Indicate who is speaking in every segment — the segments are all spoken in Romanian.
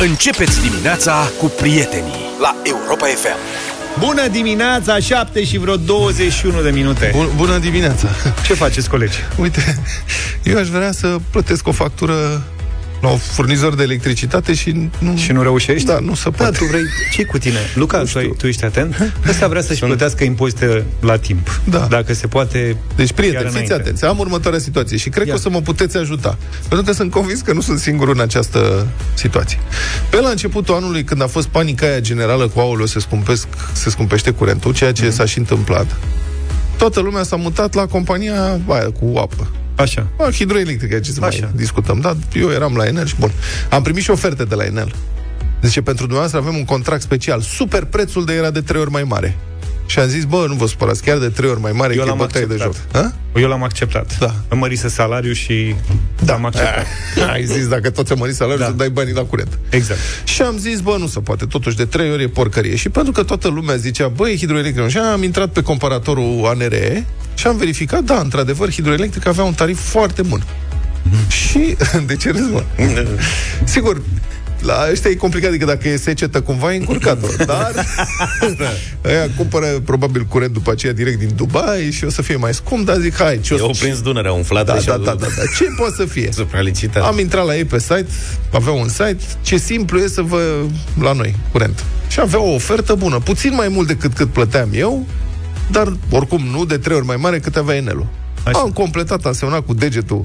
Speaker 1: Începeți dimineața cu prietenii la Europa FM.
Speaker 2: Bună dimineața, 7 și vreo 21 de minute.
Speaker 3: Bun, bună dimineața!
Speaker 2: Ce faceți, colegi?
Speaker 3: Uite, eu aș vrea să plătesc o factură la un furnizor de electricitate și nu...
Speaker 2: Și nu reușești?
Speaker 3: Da, nu se
Speaker 2: Da,
Speaker 3: poate.
Speaker 2: tu vrei... ce cu tine? Luca, tu, ai- tu ești atent? Ăsta vrea să-și plătească impozite la timp.
Speaker 3: Da.
Speaker 2: Dacă se poate...
Speaker 3: Deci,
Speaker 2: chiar
Speaker 3: prieteni, fiți
Speaker 2: înainte.
Speaker 3: atenți. Am următoarea situație și cred
Speaker 2: Ia.
Speaker 3: că o să mă puteți ajuta. Pentru că sunt convins că nu sunt singurul în această situație. Pe la începutul anului, când a fost panica aia generală cu aulă, se, scumpesc, se scumpește curentul, ceea
Speaker 2: Mhm.
Speaker 3: ce s-a și întâmplat, toată lumea s-a mutat la compania aia cu apă.
Speaker 2: Așa.
Speaker 3: A, hidroelectrică, ce să mai
Speaker 2: Așa.
Speaker 3: discutăm. Da, eu eram la Enel și bun. Am primit și oferte de la Enel. Zice, pentru dumneavoastră avem un contract special. Super, prețul de era de trei ori mai mare. Și am zis, bă, nu vă supărați, chiar de trei ori mai mare,
Speaker 2: Eu
Speaker 3: că e
Speaker 2: l-am
Speaker 3: bătaie de joc.
Speaker 2: acceptat.
Speaker 3: Ha?
Speaker 2: Eu l-am acceptat.
Speaker 3: Da. Ah.
Speaker 2: Îmi mărise salariul și da. am acceptat.
Speaker 3: Ai zis, dacă tot ți-a mărit salariul,
Speaker 2: Da.
Speaker 3: da. să dai banii la curent.
Speaker 2: Exact.
Speaker 3: Și am zis, bă, nu se poate, totuși de trei ori e porcărie. Și pentru că toată lumea zicea, bă, e hidroelectrică. Și am intrat pe comparatorul ANRE și am verificat, da, într-adevăr, hidroelectrică avea un tarif foarte bun. Și, de ce râzi, mă? Sigur, la ăștia e complicat, adică dacă e secetă cumva e încurcat dar ăia cumpără probabil curent după aceea direct din Dubai și o să fie mai scump, dar zic, hai, ce o
Speaker 4: Eu
Speaker 3: să...
Speaker 4: au prins Dunărea umflată
Speaker 3: Da,
Speaker 4: și
Speaker 3: da, da, da, da, ce poate să fie?
Speaker 4: Supralicitat.
Speaker 3: Am intrat la ei pe site, aveau un site, ce simplu e să vă la noi, curent. Și aveau o ofertă bună, puțin mai mult decât cât plăteam eu, dar oricum nu de trei ori mai mare cât avea Enelul.
Speaker 2: Așa.
Speaker 3: Am completat, am semnat cu degetul,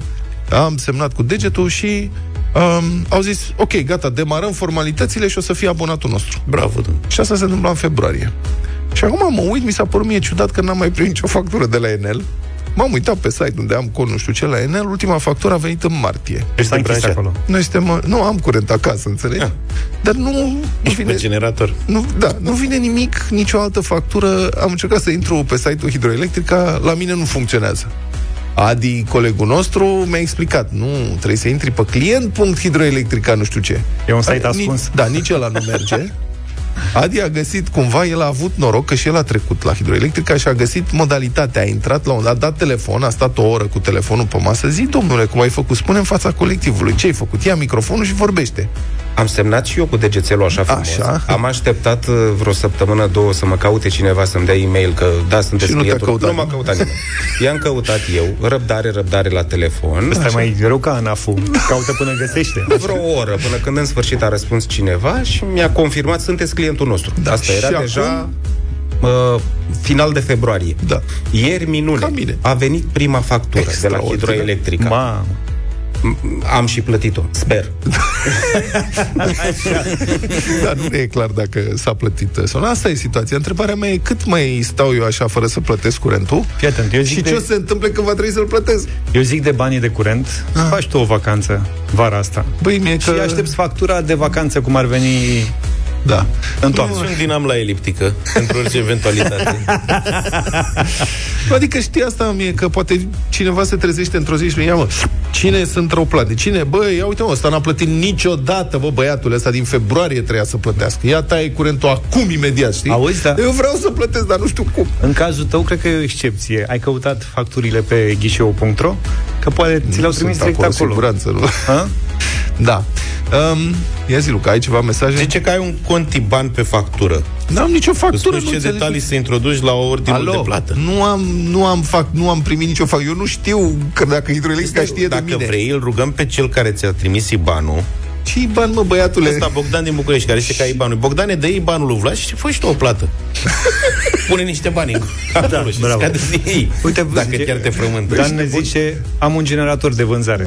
Speaker 3: am semnat cu degetul și um, au zis, ok, gata, demarăm formalitățile și o să fie abonatul nostru.
Speaker 4: Bravo, domnule.
Speaker 3: Și asta se întâmpla în februarie. Și acum mă uit, mi s-a părut mie ciudat că n-am mai primit nicio factură de la Enel. M-am uitat pe site unde am cont nu știu ce la Enel, ultima factură a venit în martie.
Speaker 2: Deci s-a închis
Speaker 4: branșat.
Speaker 2: acolo.
Speaker 3: Noi suntem... Nu, am curent acasă, înțelegi?
Speaker 4: Ah.
Speaker 3: Dar nu, nu
Speaker 4: Pe
Speaker 3: vine...
Speaker 4: generator.
Speaker 3: Nu, da, nu vine nimic, nicio altă factură. Am încercat să intru pe site-ul Hidroelectrica, la mine nu funcționează. Adi, colegul nostru, mi-a explicat. Nu, trebuie să intri pe client.hidroelectrica, nu știu ce.
Speaker 2: E un site
Speaker 3: Dar
Speaker 2: ascuns.
Speaker 3: Nici, da, nici ăla nu merge. Adi a găsit, cumva, el a avut noroc că și el a trecut la hidroelectrica și a găsit modalitatea. A intrat la un a dat telefon, a stat o oră cu telefonul pe masă. Zi, domnule, cum ai făcut? Spune în fața colectivului. Ce ai făcut? Ia microfonul și vorbește.
Speaker 5: Am semnat și eu cu degețelul așa frumos.
Speaker 3: Așa.
Speaker 5: Așa. Am așteptat uh, vreo săptămână, două să mă caute cineva să-mi dea e-mail că da, sunteți
Speaker 3: Și nu te-a
Speaker 5: clientul.
Speaker 3: căutat
Speaker 5: nu m-a
Speaker 3: nimeni.
Speaker 5: căutat nimeni. I-am căutat eu, răbdare, răbdare la telefon.
Speaker 2: Asta e mai rău ca ANAF-ul. Caută până găsește.
Speaker 5: Vreo oră, până când în sfârșit a răspuns cineva și mi-a confirmat, sunteți clientul nostru. Da. Asta era
Speaker 3: Și
Speaker 5: deja
Speaker 3: acum?
Speaker 5: uh, final de februarie.
Speaker 3: Da.
Speaker 5: Ieri, minune,
Speaker 3: Ca mine.
Speaker 5: a venit prima factură de la
Speaker 3: Extraordinar.
Speaker 5: Hidroelectrica.
Speaker 2: Mamă.
Speaker 5: Am și plătit-o, sper.
Speaker 3: Dar nu ne e clar dacă s-a plătit sau nu. Asta e situația. Întrebarea mea e cât mai stau eu așa fără să plătesc curentul?
Speaker 2: Fii atent, eu zic
Speaker 3: Și
Speaker 2: de...
Speaker 3: ce o să se întâmple când va trebui să-l plătesc?
Speaker 2: Eu zic de banii de curent, faci tu o vacanță vara asta.
Speaker 3: Băi, mie
Speaker 2: Păi, Că...
Speaker 3: Ah. că...
Speaker 2: Și aștepți factura de vacanță cum ar veni
Speaker 3: Da.
Speaker 2: în
Speaker 4: Am
Speaker 2: toamnă.
Speaker 4: un dinam la eliptică, pentru orice eventualitate.
Speaker 3: Adică știi asta mie, că poate cineva se trezește într-o zi și spune, ia mă, cine sunt răuplate? Cine? Bă, ia uite mă, ăsta n-a plătit niciodată, bă, băiatul ăsta din februarie trebuia să plătească. Ia taie curentul acum, imediat, știi?
Speaker 2: Auzi, da.
Speaker 3: Eu vreau să plătesc, dar nu știu cum.
Speaker 2: În cazul tău, cred că e o excepție. Ai căutat facturile pe ghișeu.ro? Că poate ți le-au trimis
Speaker 3: Sunt
Speaker 2: direct acolo.
Speaker 3: siguranță, nu?
Speaker 2: Ha?
Speaker 3: Da. Um, ia zi, Luca, ai ceva mesaje?
Speaker 4: Zice că ai un cont IBAN pe factură.
Speaker 3: N-am nicio
Speaker 4: Îți
Speaker 3: factură,
Speaker 4: spui ce
Speaker 3: înțeleg.
Speaker 4: detalii să introduci la ordinul de plată.
Speaker 3: nu am, nu am, fac, nu am primit nicio fac. Eu nu știu că dacă hidroelectrica știe
Speaker 4: Dacă
Speaker 3: de mine.
Speaker 4: vrei, îl rugăm pe cel care ți-a trimis IBAN-ul.
Speaker 3: Ce bani, mă, băiatule?
Speaker 4: Ăsta Bogdan din București, care știe că ai IBAN-ul. Bogdane, dă IBAN-ul lui Vlad și fă și tu o plată. Pune niște bani în
Speaker 3: Da,
Speaker 4: acolo și
Speaker 2: bravo.
Speaker 4: scade din ei.
Speaker 2: Uite,
Speaker 4: dacă
Speaker 2: zice-
Speaker 4: chiar te frământă.
Speaker 2: Dan ne zice, am un generator de vânzare.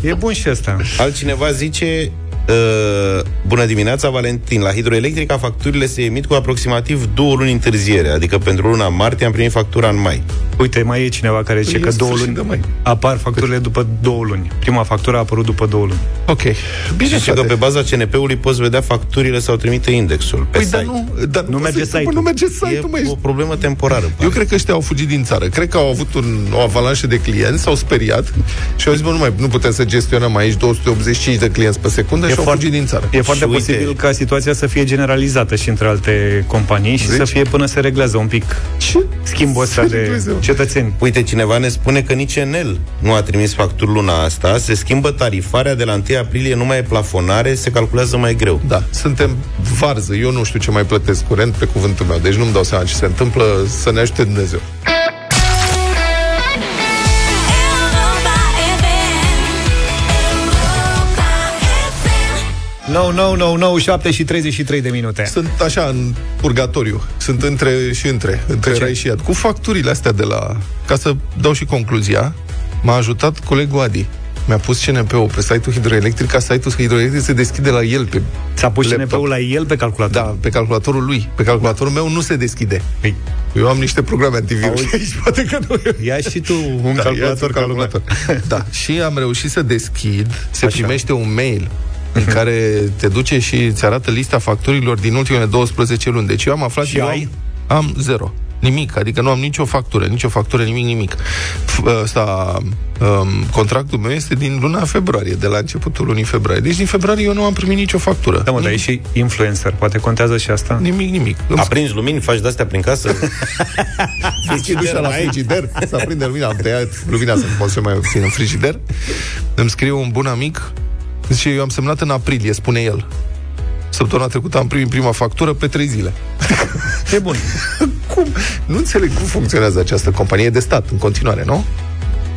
Speaker 2: e bun și asta.
Speaker 4: Altcineva zice... Uh, bună dimineața, Valentin. La Hidroelectrica facturile se emit cu aproximativ două luni întârziere, adică pentru luna martie am primit factura în mai.
Speaker 2: Uite, mai e cineva care
Speaker 4: Păi
Speaker 2: zice
Speaker 3: E
Speaker 2: că două
Speaker 3: sfârșit
Speaker 2: luni
Speaker 3: de mai.
Speaker 2: apar facturile după două luni. Prima factură a apărut după două luni.
Speaker 3: Ok. Bine,
Speaker 4: Și că
Speaker 3: frate.
Speaker 4: pe baza CNP-ului poți vedea facturile sau trimite indexul pe
Speaker 3: Păi,
Speaker 4: site.
Speaker 3: dar nu, dar
Speaker 2: Nu merge
Speaker 3: se-
Speaker 2: site-ul.
Speaker 3: Nu merge site-ul, mă,
Speaker 4: e o
Speaker 3: ești-
Speaker 4: problemă temporară.
Speaker 3: Eu
Speaker 4: pare.
Speaker 3: cred că ăștia au fugit din țară. Cred că au avut un, o avalanșă de clienți, s-au speriat și au zis, bă, nu, mai, nu putem să gestionăm aici 285 de clienți pe secundă
Speaker 4: E
Speaker 3: și și-au
Speaker 2: foarte-
Speaker 3: fugit din țară.
Speaker 2: E foarte
Speaker 4: Și uite-
Speaker 2: posibil ca situația să fie generalizată și între alte companii și
Speaker 3: Zici?
Speaker 4: Deci?
Speaker 2: să fie până se reglează un pic
Speaker 3: Ce?
Speaker 2: schimbul ăsta de
Speaker 3: Dumnezeu.
Speaker 2: cetățeni.
Speaker 4: Uite, cineva ne spune că nici Enel nu a trimis facturi luna asta, se schimbă tarifarea de la 1 aprilie, nu mai e plafonare, se calculează mai greu.
Speaker 3: Da, suntem varză. Eu nu știu ce mai plătesc curent pe cuvântul meu, deci nu-mi dau seama ce se întâmplă, să ne ajute Dumnezeu.
Speaker 6: Europa FM.
Speaker 2: No, no, no, no, 7 și 33 de minute.
Speaker 3: Sunt așa în purgatoriu. Sunt între și între, între rai și iad. Cu facturile astea de la... Ca să dau și concluzia, m-a ajutat colegul Adi. Mi-a pus CNP-ul pe site-ul hidroelectric, ca site-ul hidroelectric se deschide la el pe...
Speaker 2: S-a pus
Speaker 3: laptop.
Speaker 2: CNP-ul la el pe calculator.
Speaker 3: Da, pe calculatorul lui. Pe calculatorul meu nu se deschide.
Speaker 2: Păi,
Speaker 3: Eu am niște programe antivirus aici, poate că nu e
Speaker 2: ia și tu un
Speaker 3: Da,
Speaker 2: calculator
Speaker 3: ia-ți un
Speaker 2: ca lumea.
Speaker 3: Da, și am reușit să deschid, se
Speaker 2: Așa. Mhm.
Speaker 3: primește un mail în care te duce și îți arată lista facturilor din ultimele 12 luni. Deci eu am aflat
Speaker 2: Și
Speaker 3: eu
Speaker 2: ai?
Speaker 3: Am, am zero. Nimic, adică nu am nicio factură, nicio factură, nimic, nimic. F- Ăsta, um, contractul meu este din luna februarie, de la începutul lunii februarie. Deci din februarie eu nu am primit nicio factură.
Speaker 2: Da, mă, dar e și influencer. Poate contează și asta?
Speaker 3: Nimic, nimic. Îmi
Speaker 4: Aprinzi lumini, faci de-astea prin casă?
Speaker 3: deschid ușa Deci la frigider, să aprinde lumina, am tăiat lumina să pot să mai obțin în frigider. Îmi scrie un bun amic, zice, eu am semnat în aprilie, spune el. Săptămâna trecută am primit prima factură pe trei zile.
Speaker 2: E bun.
Speaker 3: Cum? Nu înțeleg cum funcționează această companie de stat în continuare, nu?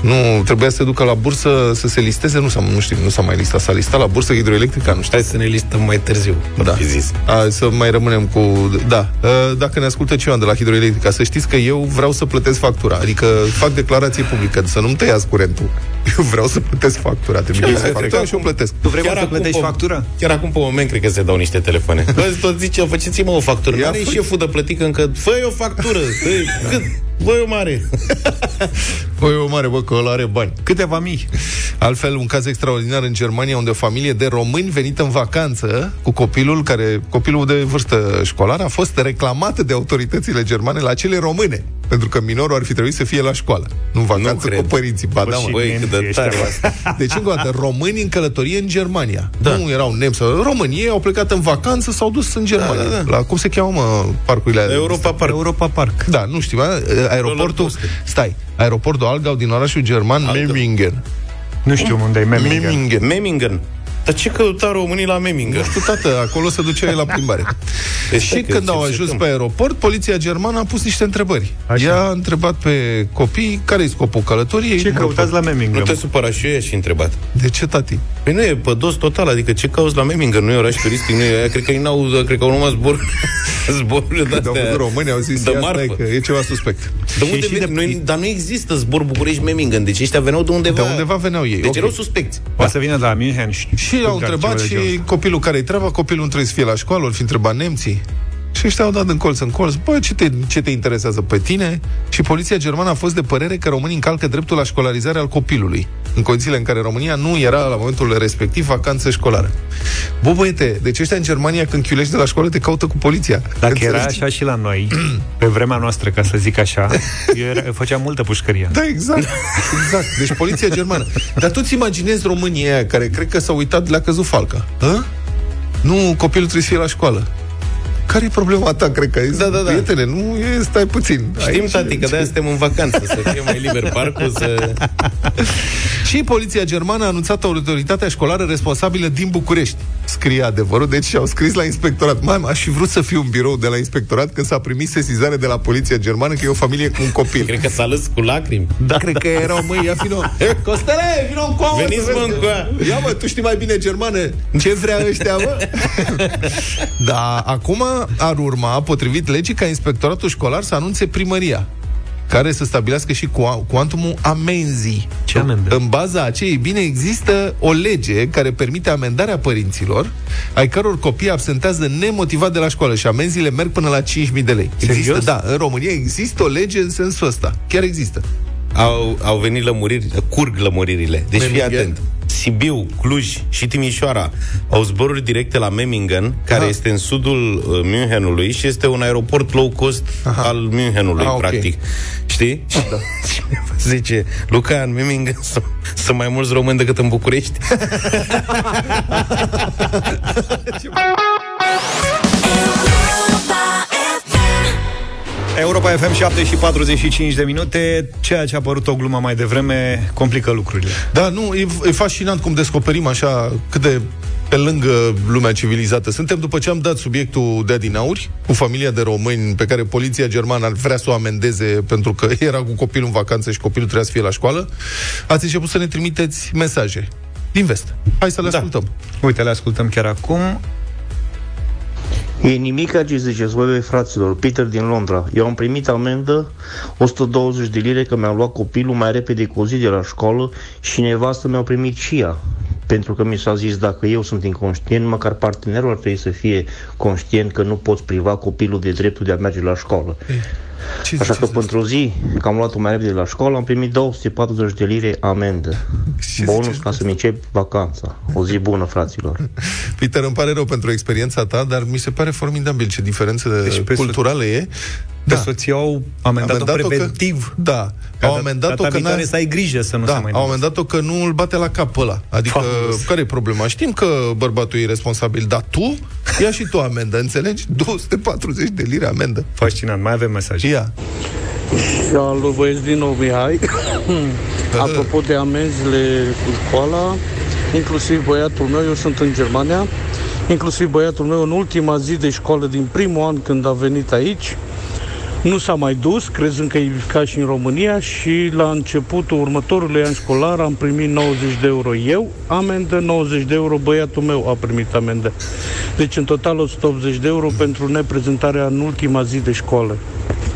Speaker 3: Nu, trebuia să se ducă la bursă să se listeze, nu s-a, nu știu, nu s-a mai listat, s-a listat la bursă hidroelectrică, nu știu.
Speaker 5: Hai să ne listăm mai târziu.
Speaker 3: Da.
Speaker 4: Fi zis.
Speaker 3: A, să mai rămânem cu... Da. Uh, Dacă ne ascultă cineva de la Hidroelectrica, să știți că eu vreau să plătesc factura. Adică fac declarație publică, să nu-mi tăiați curentul. Eu vreau să plătesc factura. Trimiteți
Speaker 4: Chiar
Speaker 3: factura
Speaker 4: acum-
Speaker 3: și o plătesc.
Speaker 2: Tu vrei mă,
Speaker 4: Chiar
Speaker 2: să
Speaker 4: acum
Speaker 2: plătești
Speaker 4: pe-
Speaker 2: deci factura?
Speaker 4: Chiar acum pe moment cred că se dau niște telefoane. Bă, tot zice, faceți-mă o factură.
Speaker 3: Ia
Speaker 4: Care e
Speaker 3: fă-
Speaker 4: șeful de plătică încă? Fă o factură. Ei, Cât? Băi, o mare.
Speaker 3: Păi o mare, bă, că ăla are bani.
Speaker 2: Câteva mii.
Speaker 3: Altfel, un caz extraordinar în Germania, unde o familie de români venită în vacanță cu copilul, care copilul de vârstă școlară, a fost reclamată de autoritățile germane la cele române. Pentru că minorul ar fi trebuit să fie la școală, nu în vacanță
Speaker 4: cred.
Speaker 3: cu părinții. Ba, da,
Speaker 4: Da,
Speaker 3: mă.
Speaker 4: băi, cât de
Speaker 2: ești
Speaker 4: tare.
Speaker 2: acolo.
Speaker 4: asta.
Speaker 3: Deci, încă o dată, români în călătorie în Germania. Da. Nu erau nemți. sau- Români ei au plecat în vacanță, s-au dus în Germania. Da, da, da. La cum se cheamă mă, parcurile alea?
Speaker 4: Europa Park.
Speaker 2: Europa Park.
Speaker 3: Da, nu știu. a, Aeroportul...
Speaker 4: coaster.
Speaker 3: Stai. Aeroportul Algau din orașul german Memmingen.
Speaker 2: Nu știu unde e Memmingen.
Speaker 3: Memmingen.
Speaker 4: Memmingen. Dar ce căuta românii la Memmingen?
Speaker 3: Nu știu, tată, acolo se ducea el la plimbare.
Speaker 4: Deci,
Speaker 3: și
Speaker 4: stai că
Speaker 3: când
Speaker 4: se-
Speaker 3: au
Speaker 4: se
Speaker 3: ajuns
Speaker 4: întâmplă.
Speaker 3: pe aeroport, poliția germană a pus niște întrebări.
Speaker 2: Așa.
Speaker 3: Ea a întrebat pe copii care e scopul călătoriei.
Speaker 2: Ce
Speaker 3: Mă,
Speaker 2: căutați la
Speaker 4: Nu
Speaker 2: Memmingen?
Speaker 4: te supăra și eu i-aș fi întrebat.
Speaker 3: De ce, tati?
Speaker 4: Păi nu e pădos total, adică ce cauți la Memmingen? Nu e oraș turistic, nu e aia, cred că ei n-au, cred că au numai zbor, zboruri de
Speaker 3: Când au văzut români, au zis,
Speaker 4: de
Speaker 3: ia,
Speaker 4: marfă.
Speaker 3: stai, că e ceva suspect.
Speaker 4: De unde
Speaker 2: Și- și
Speaker 4: vin?
Speaker 2: de-
Speaker 4: Noi, dar nu există zbor București-Memmingen, deci ăștia veneau de undeva.
Speaker 3: De undeva veneau ei,
Speaker 4: Deci
Speaker 3: ok.
Speaker 4: erau suspecți.
Speaker 2: Poate să vină de la München.
Speaker 3: Și l-au întrebat și copilul care-i treaba, copilul nu trebuie să fie la școală, îl fi întrebat nemții. Și ăștia au dat în colț în colț, bă, ce te, ce te interesează pe tine? Și poliția germană a fost de părere că românii încalcă dreptul la școlarizare al copilului, în condițiile în care România nu era la momentul respectiv vacanță școlară. Bă, băiete, deci ăștia în Germania când chiulești de la școală te caută cu poliția.
Speaker 2: Dacă
Speaker 3: Înțelegi?
Speaker 2: era așa și la noi, pe vremea noastră, ca să zic așa, eu, era, eu făceam multă pușcărie.
Speaker 3: Da, exact. Exact. Deci poliția germană. Dar tu ți imaginezi România aia care cred că s-a uitat, le-a căzut falca. Hă? Nu, copilul trebuie să fie la școală. Care e problema ta, cred că? Da, da, da. Prietene, nu e, stai puțin.
Speaker 4: Știm, tati, că de-aia suntem în vacanță, să fie mai liber parcul, să...
Speaker 3: Și poliția germană a anunțat autoritatea școlară responsabilă din București. Scrie adevărul, deci și-au scris la inspectorat. Mama, aș fi vrut să fiu un birou de la inspectorat când s-a primit sesizare de la poliția germană că e o familie cu un copil.
Speaker 4: Cred că s-a lăs cu lacrimi.
Speaker 3: Da, cred că erau, măi, ia fino. Costele, vino în coamă.
Speaker 4: Veniți,
Speaker 3: să
Speaker 4: mă,
Speaker 3: vezi de-
Speaker 4: încoa.
Speaker 3: Ia mă, tu știi mai bine germană Ce vrea ăștia, mă? da, acum ar urma, potrivit legii, ca inspectoratul școlar să anunțe primăria care să stabilească și cua- cuantumul amenzii.
Speaker 2: Ce amendă?
Speaker 3: În baza acelei, bine, există o lege care permite amendarea părinților ai căror copii absentează nemotivat de la școală și amenziile merg până la 5.000 de lei. Există,
Speaker 2: Serios?
Speaker 3: da, în România există o lege în sensul ăsta. Chiar există.
Speaker 4: Au, au venit lămuriri, curg lămuririle. Deci fii
Speaker 3: Memmingen.
Speaker 4: atent. Sibiu, Cluj și Timișoara au zboruri directe la Memmingen, care
Speaker 3: Ah.
Speaker 4: este în sudul uh, Münchenului și este un aeroport low cost al Münchenului,
Speaker 3: Ah, ok.
Speaker 4: practic. Știi? Da. Cineva zice, Luca, în Memmingen sunt, sunt mai mulți români decât în București.
Speaker 3: Da.
Speaker 2: Europa FM 7 și 45 de minute Ceea ce a părut o glumă mai devreme Complică lucrurile
Speaker 3: Da, nu, e, e fascinant cum descoperim așa cât de pe lângă lumea civilizată. Suntem după ce am dat subiectul de adinauri cu familia de români pe care poliția germană ar vrea să o amendeze pentru că era cu copilul în vacanță și copilul trebuia să fie la școală. Ați început să ne trimiteți mesaje din vest. Hai să le da. ascultăm.
Speaker 2: Uite, le ascultăm chiar acum
Speaker 7: E nimic ce ziceți voi, băi, fraților, Peter din Londra. Eu am primit amendă 120 de lire că mi-am luat copilul mai repede cu o zi de la școală și nevastă mi-au primit și ea. Pentru că mi s-a zis, dacă eu sunt inconștient, măcar partenerul ar trebui să fie conștient că nu poți priva copilul de dreptul de a merge la școală.
Speaker 3: Eh, Ce
Speaker 7: Așa că
Speaker 3: ziceți?
Speaker 7: pentru o zi, că am luat-o mai repede la școală, am primit 240 de lire amendă.
Speaker 3: Ce
Speaker 7: Bonus
Speaker 3: ziceți
Speaker 7: ca să-mi încep vacanța. O zi bună, fraților.
Speaker 3: Peter, îmi pare rău pentru experiența ta, dar mi se pare formidabil ce diferență
Speaker 2: Deci
Speaker 3: deci
Speaker 2: pe
Speaker 3: culturală e.
Speaker 2: da.
Speaker 3: Da.
Speaker 2: Soții au amendat-o,
Speaker 3: Amendat-o că-
Speaker 2: preventiv
Speaker 3: Da.
Speaker 2: Ca
Speaker 3: Au
Speaker 2: data-
Speaker 3: amendat-o
Speaker 2: data
Speaker 3: că n-a-
Speaker 2: viitoare să ai grijă să nu
Speaker 3: da,
Speaker 2: se mai
Speaker 3: au amendat-o că nu îl bate la cap ăla. Adică,
Speaker 2: Fabulos.
Speaker 3: care e problema? Știm că bărbatul e responsabil, dar tu ia și tu amendă, înțelegi? 240 de lire amendă.
Speaker 2: Fascinant, mai avem mesaje
Speaker 3: Ia.
Speaker 8: Salut, băieți, din nou Mihai. Apropo de amenzile cu școala, inclusiv băiatul meu, eu sunt în Germania, inclusiv băiatul meu în ultima zi de școală din primul an când a venit aici, nu s-a mai dus, crezând că e ca și în România și la începutul următorului an școlar am primit 90 de euro eu, amendă 90 de euro, băiatul meu a primit amendă. Deci în total 180 de euro pentru neprezentarea în ultima zi de școală.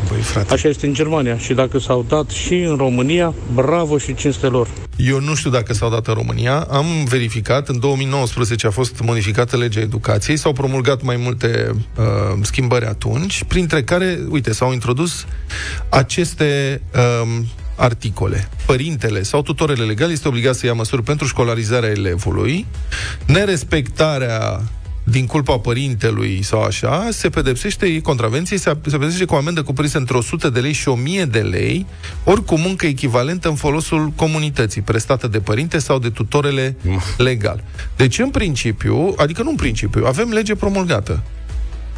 Speaker 3: Băi, frate,
Speaker 8: Așa este în Germania și dacă s-au dat și în România, bravo și cinste lor.
Speaker 3: eu nu știu dacă s-au dat în România. Am verificat, în 2019 a fost modificată legea educației, s-au promulgat mai multe uh, schimbări atunci, printre care, uite, s-au introdus aceste um, articole. Părintele sau tutorele legal este obligat să ia măsuri pentru școlarizarea elevului, nerespectarea din culpa părintelui sau așa, se pedepsește contravenției, se, se pedepsește cu o amendă cuprinsă între 100 de lei și 1000 de lei, ori cu muncă echivalentă în folosul comunității, prestată de părinte sau de tutorele legal. Deci, în principiu, adică nu în principiu, avem lege promulgată.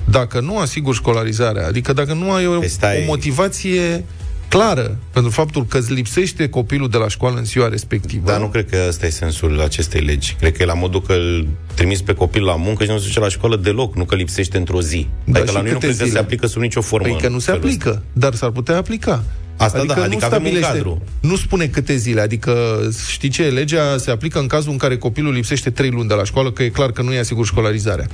Speaker 3: Dacă nu asiguri școlarizarea, adică dacă nu ai o,
Speaker 4: Păi stai.
Speaker 3: o motivație clară pentru faptul că îți lipsește copilul de la școală în ziua respectivă.
Speaker 4: Dar nu cred că ăsta e sensul acestei legi. Cred că e la modul că îl trimis pe copil la muncă și nu se duce la școală deloc, nu că lipsește într-o zi.
Speaker 3: Da,
Speaker 4: adică
Speaker 3: și
Speaker 4: la noi nu
Speaker 3: câte
Speaker 4: cred că
Speaker 3: zile?
Speaker 4: se aplică sub nicio formă.
Speaker 3: Păi că nu
Speaker 4: în
Speaker 3: se
Speaker 4: felul ăsta.
Speaker 3: aplică, dar s-ar putea aplica.
Speaker 4: Asta da, adică avem un cadru.
Speaker 3: Nu spune câte zile, adică știi ce, legea se aplică în cazul în care copilul lipsește 3 luni de la școală, că e clar că nu i asigur școlarizarea.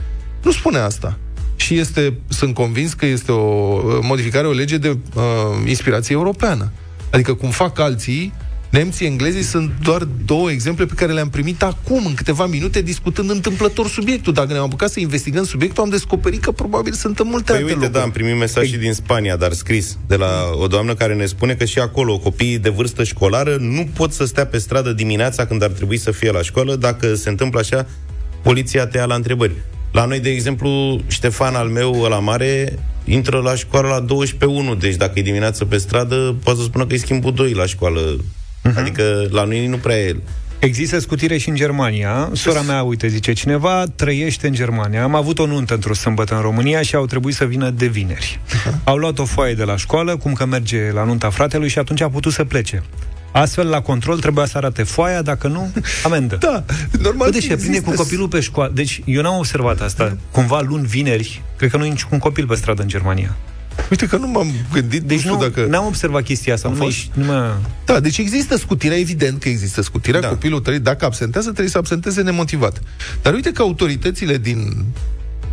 Speaker 3: Nu spune asta. Și este, sunt convins că este o uh, modificare, o lege de uh, inspirație europeană. Adică cum fac alții, nemții, englezii sunt doar două exemple pe care le-am primit acum, în câteva minute, discutând întâmplător subiectul. Dacă ne-am apucat să investigăm subiectul, am descoperit că probabil sunt în multe
Speaker 4: Păi
Speaker 3: alte
Speaker 4: uite,
Speaker 3: locuri.
Speaker 4: da, am primit mesaj și din Spania, dar scris, de la o doamnă care ne spune că și acolo copiii de vârstă școlară nu pot să stea pe stradă dimineața când ar trebui să fie la școală. Dacă se întâmplă așa, poliția te ia la întrebări. La noi, de exemplu, Ștefan al meu, la mare, intră la școală la 12.1, deci dacă e dimineață pe stradă, poate să spună că e schimbul 2 la școală.
Speaker 3: Mhm.
Speaker 4: Adică la noi nu prea e
Speaker 2: Există scutire și în Germania. Sora mea, uite, zice cineva, trăiește în Germania. Am avut o nuntă într-o sâmbătă în România și au trebuit să vină de vineri. Au luat o foaie de la școală, cum că merge la nunta fratelui și atunci a putut să plece. Astfel, la control trebuia să arate foaia, dacă nu, amendă.
Speaker 3: Da, normal.
Speaker 2: Bă, deci se prinde cu copilul pe școală. Deci eu n-am observat
Speaker 3: Da.
Speaker 2: asta. Cumva luni, vineri, cred că nu e niciun copil pe stradă în Germania.
Speaker 3: Uite că nu m-am gândit,
Speaker 2: Deci
Speaker 3: nu
Speaker 2: nu,
Speaker 3: știu dacă...
Speaker 2: n-am observat chestia asta. Nu,
Speaker 3: fost?
Speaker 2: mi- nu mă...
Speaker 3: Da, deci există scutirea, evident că există scutirea. Da.
Speaker 4: Da.
Speaker 3: Copilul trebuie, dacă absentează, trebuie să absenteze nemotivat. Dar uite că autoritățile din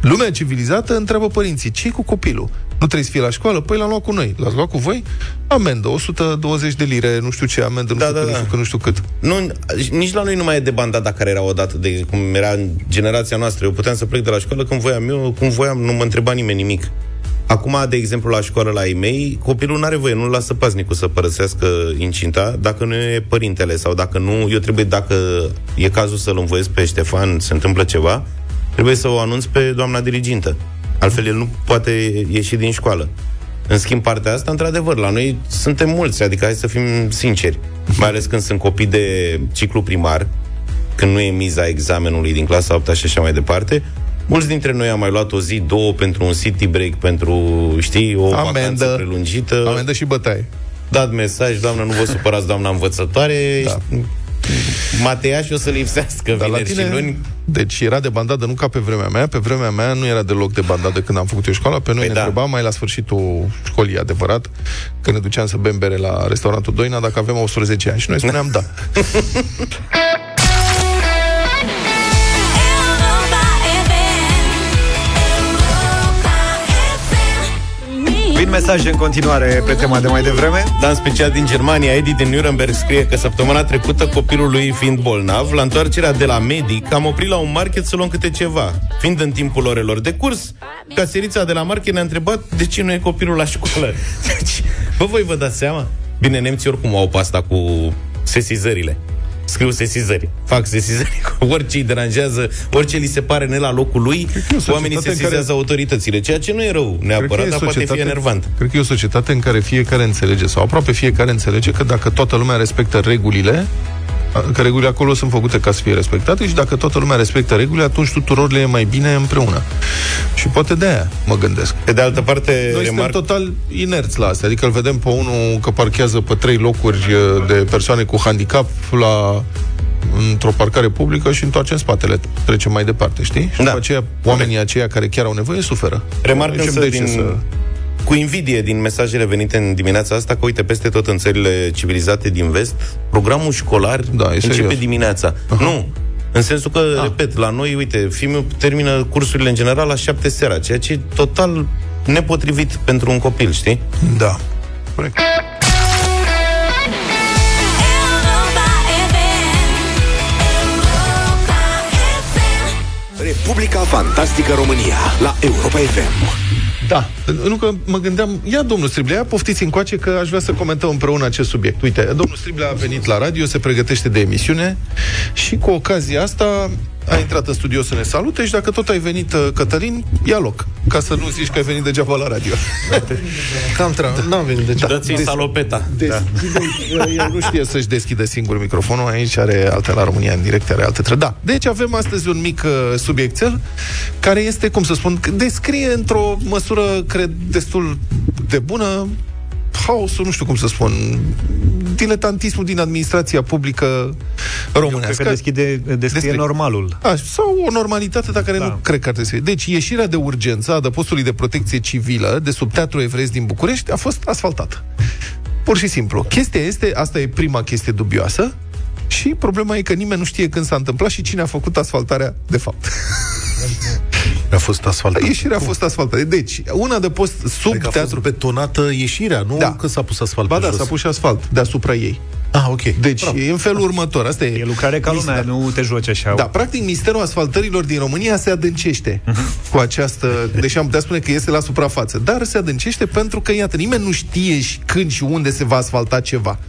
Speaker 3: lumea civilizată întreabă părinții, ce cu copilul? Nu trebuie să fie la școală? Păi l-am luat cu noi. L-ați luat cu voi? Amendă, 120 de lire, nu știu ce, amendă, nu, da, știu, da, că, da. nu știu că, nu știu cât.
Speaker 4: Nu, nici la noi nu mai e debandada care era odată, de cum era în generația noastră. Eu puteam să plec de la școală când voiam eu, cum voiam, nu mă întreba nimeni nimic. Acum, de exemplu, la școală la ei mei, copilul nu are voie, nu-l lasă paznicul să părăsească incinta dacă nu e părintele sau dacă nu, eu trebuie, dacă e cazul să-l învoiesc pe Ștefan, se întâmplă ceva, trebuie să o anunț pe doamna dirigintă. Altfel el nu poate ieși din școală. În schimb, partea asta, într-adevăr, la noi suntem mulți, adică hai să fim sinceri. Mai ales când sunt copii de ciclu primar, când nu e miza examenului din clasa 8 și așa mai departe, mulți dintre noi am mai luat o zi, două pentru un city break, pentru, știi, o Amendă. vacanță
Speaker 3: Amendă.
Speaker 2: Da.
Speaker 4: prelungită.
Speaker 3: Amendă și bătaie.
Speaker 4: Dat mesaj, doamnă, nu vă supărați, doamna învățătoare. Da. Mateiaș o să lipsească
Speaker 3: Dar la
Speaker 4: vineri
Speaker 3: tine,
Speaker 4: și luni.
Speaker 3: deci era de bandadă nu ca pe vremea mea, pe vremea mea nu era deloc de bandadă când am făcut eu școala, pe noi
Speaker 4: Păi
Speaker 3: ne
Speaker 4: da.
Speaker 3: întreba mai la sfârșitul școlii, adevărat, când ne duceam să bem bere la restaurantul Doina, dacă aveam 110 ani și noi spuneam da.
Speaker 6: Europa FM. Europa FM.
Speaker 2: Vin mesaje în continuare pe tema de mai
Speaker 3: Da.
Speaker 2: devreme.
Speaker 4: Dan Da, Special din Germania, Edi din Nuremberg, scrie că săptămâna trecută copilul lui fiind bolnav, la întoarcerea de la medic, am oprit la un market să luăm câte ceva. Fiind în timpul orelor de curs, caserița de la market ne-a întrebat de ce nu e copilul la școală. Deci, bă, voi vă dați seama? Bine, nemții oricum au pasta cu sesizările. Scriu sesizări, fac sesizări cu orice îi deranjează, orice li se pare ne la locul lui,
Speaker 3: că e o
Speaker 4: oamenii
Speaker 3: societate în
Speaker 4: sesizează
Speaker 3: care-
Speaker 4: autoritățile, ceea ce nu e rău
Speaker 3: Cred că
Speaker 4: neapărat,
Speaker 3: e
Speaker 4: dar poate fi
Speaker 3: societate-
Speaker 4: enervant.
Speaker 3: Cred că e o societate în care fiecare înțelege, sau aproape fiecare înțelege, că dacă toată lumea respectă regulile, că regulile acolo sunt făcute ca să fie respectate și dacă toată lumea respectă regulile, atunci tuturor le e mai bine împreună. Și poate de aia mă gândesc.
Speaker 4: Pe de altă parte,
Speaker 3: Noi
Speaker 4: remarc...
Speaker 3: suntem total inerți la asta, adică îl vedem pe unul că parchează pe trei locuri eh, de persoane cu handicap la într-o parcare publică și întoarcem spatele, trecem mai departe, știi? Și
Speaker 4: Da.
Speaker 3: după aceea, oamenii aceia care chiar au nevoie suferă.
Speaker 4: Remarc
Speaker 3: Zicem,
Speaker 4: însă
Speaker 3: de ce
Speaker 4: din,
Speaker 3: să-
Speaker 4: cu invidie din mesajele venite în dimineața asta că, uite, peste tot în țările civilizate din vest, programul școlar
Speaker 3: Da, e
Speaker 4: începe
Speaker 3: serios.
Speaker 4: dimineața. Nu! În sensul că,
Speaker 9: Ah.
Speaker 4: repet, la noi, uite, filmul termină cursurile în general la șapte seara, ceea ce e total nepotrivit pentru un copil, știi?
Speaker 3: Da. Corect.
Speaker 6: Europa FM.
Speaker 1: Republica Fantastică România la Europa FM.
Speaker 3: Da. Nu că mă gândeam, ia domnul Striblea, ia poftiți încoace că aș vrea să comentăm împreună acest subiect. Uite, domnul Striblea a venit la radio, se pregătește de emisiune și cu ocazia asta a intrat în studio să ne salute și dacă tot ai venit, uh, Cătălin, ia loc, ca să nu zici că ai venit degeaba la radio.
Speaker 5: Cam Da, tra- n-am venit de ce. Da.
Speaker 4: Dați-i salopeta.
Speaker 3: Deschide, da. El nu știe să-și deschide singur microfonul Aici are alte la România în direct Are alte tră. Da, deci avem astăzi un mic uh, subiectel Care este, cum să spun Descrie într-o măsură Cred destul de bună Haosul, nu știu cum să spun Diletantismul din administrația publică
Speaker 2: Cred
Speaker 3: Românească Deci,
Speaker 2: că deschide, descrie
Speaker 3: Despre-
Speaker 2: normalul.
Speaker 3: a, sau o normalitate, dar care da. nu cred că ar trebui să fie. Deci, ieșirea de urgență a adăpostului de protecție civilă de sub Teatrul Evreiesc din București a fost asfaltată. Pur și simplu. Chestia este, asta e prima chestie dubioasă, și problema e că nimeni nu știe când s-a întâmplat și cine a făcut asfaltarea, de fapt.
Speaker 9: A fost asfaltată.
Speaker 3: Ieșirea a fost asfaltată. Deci, una de post sub
Speaker 9: Adică a
Speaker 3: teatru...
Speaker 9: fost betonată ieșirea, nu
Speaker 3: Da.
Speaker 9: că s-a pus asfalt
Speaker 3: Ba
Speaker 9: pe
Speaker 3: da,
Speaker 9: jos.
Speaker 3: s-a pus și asfalt deasupra ei.
Speaker 9: Ah, ok.
Speaker 3: Deci, e în felul următor. Asta e.
Speaker 2: E lucrare ca lumea, nu te joci așa.
Speaker 3: Da, practic misterul asfaltărilor din România se adâncește cu această, deși am putea spune că este la suprafață, dar se adâncește pentru că, iată, nimeni nu știe și când și unde se va asfalta ceva.